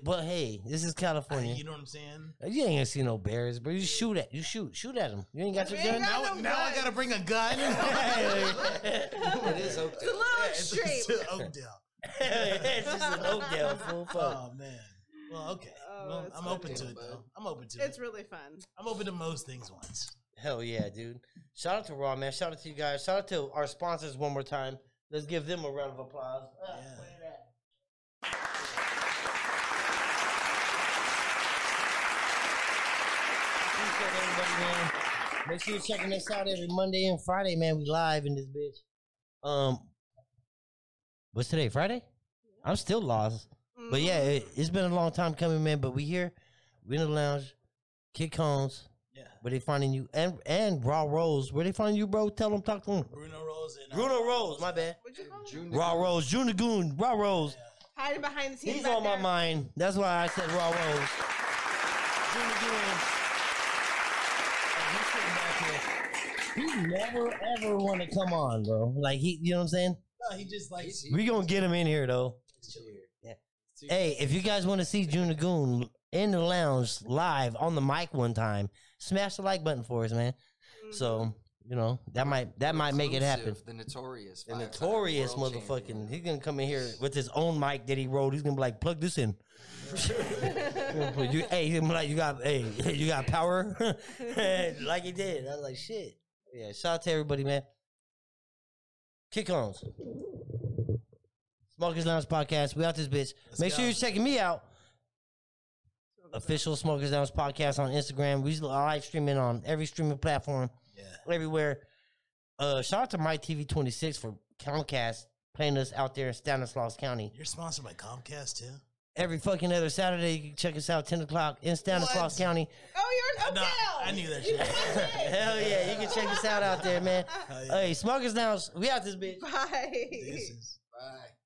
S3: But hey, this is
S2: I-
S3: California.
S2: you know what I'm saying?
S3: you, ain't gonna see no bears, bro. You shoot at you shoot shoot at them. You ain't got your
S1: We ain't
S3: gun.
S1: got-
S2: Now,
S1: no
S2: now I
S1: guns.
S2: gotta bring a gun.
S4: got- It
S1: It's
S4: is
S1: a
S4: Oakdale.
S1: little
S2: It's
S1: extreme.
S2: to Oakdale.
S3: it's just an Oakdale fool. Fuck.
S2: Oh man. Well, okay.
S1: Oh,
S2: well,
S1: that's
S2: I'm open
S4: funny.
S2: to it though. I'm open to
S1: It's
S2: it.
S1: really fun.
S2: I'm open to most things once.
S3: Hell yeah, dude. Shout out to Raw, man. Shout out to you guys. Shout out to our sponsors one more time. Let's give them a round of applause. Ah,
S2: Yeah.
S3: where it at? Appreciate everybody, man. Make sure you're checking us out every Monday and Friday, man. We live in this bitch. Um, what's today? Friday? I'm still lost.
S1: Mm-hmm.
S3: But yeah, it, it's been a long time coming, man. But we here. We in the lounge. Kid Cones.
S2: Yeah.
S3: Where they finding you? And and Raw Rose. Where they finding you, bro? Tell them, talk to them.
S2: Bruno Rose and uh,
S3: Bruno Rose, my bad.
S1: What'd you call it?
S4: June
S3: Raw Rose, June the Goon, Raw Rose.
S1: Hiding behind the scenes.
S3: He's
S1: back
S3: on my
S1: there.
S3: mind. That's why I said Raw Rose. June the Goon.
S2: Oh,
S3: He's sitting back here. He never ever want to come on, bro. Like he, you know what I'm saying?
S2: No, he just like
S4: He's
S3: We gonna get him in here though.
S4: here.
S3: Yeah.
S4: Two-
S3: Hey, if you guys want to see June the Goon in the lounge live on the mic one time, smash the like button for us, man.
S1: Mhm.
S3: So you know that might that might make it happen.
S4: Inclusive, The notorious.
S3: The
S4: five-time
S3: notorious
S4: world
S3: motherfucking.
S4: champion.
S3: He's gonna come in here with his own mic that he rolled. He's gonna be like, plug this in. you, hey, he's gonna be like, you got, hey, you got power, like he did. I was like, shit. Yeah, shout out to everybody, man. Kick ons. Smokers Lounge podcast. We out this bitch.
S2: Let's
S3: Make sure
S2: go.
S3: you're checking me out. Official Smokers Lounge podcast on Instagram. We live streaming on every streaming platform
S2: yeah.
S3: everywhere. Uh, shout out to my TV 26 for Comcast playing us out there in Stanislaus County.
S2: You're sponsored by Comcast too.
S3: Every fucking other Saturday, you can check us out 10 o'clock in Stanislaus
S2: What?
S3: County.
S1: Oh, you're an
S2: Nah,
S1: Oakdale.
S2: I knew that
S1: You
S2: shit.
S1: fucking did.
S3: Hell yeah, you can check us out out there, man.
S2: Hell yeah.
S3: Hey, Smokers Lounge, we out this bitch.
S1: Bye.
S2: This is-
S4: Bye.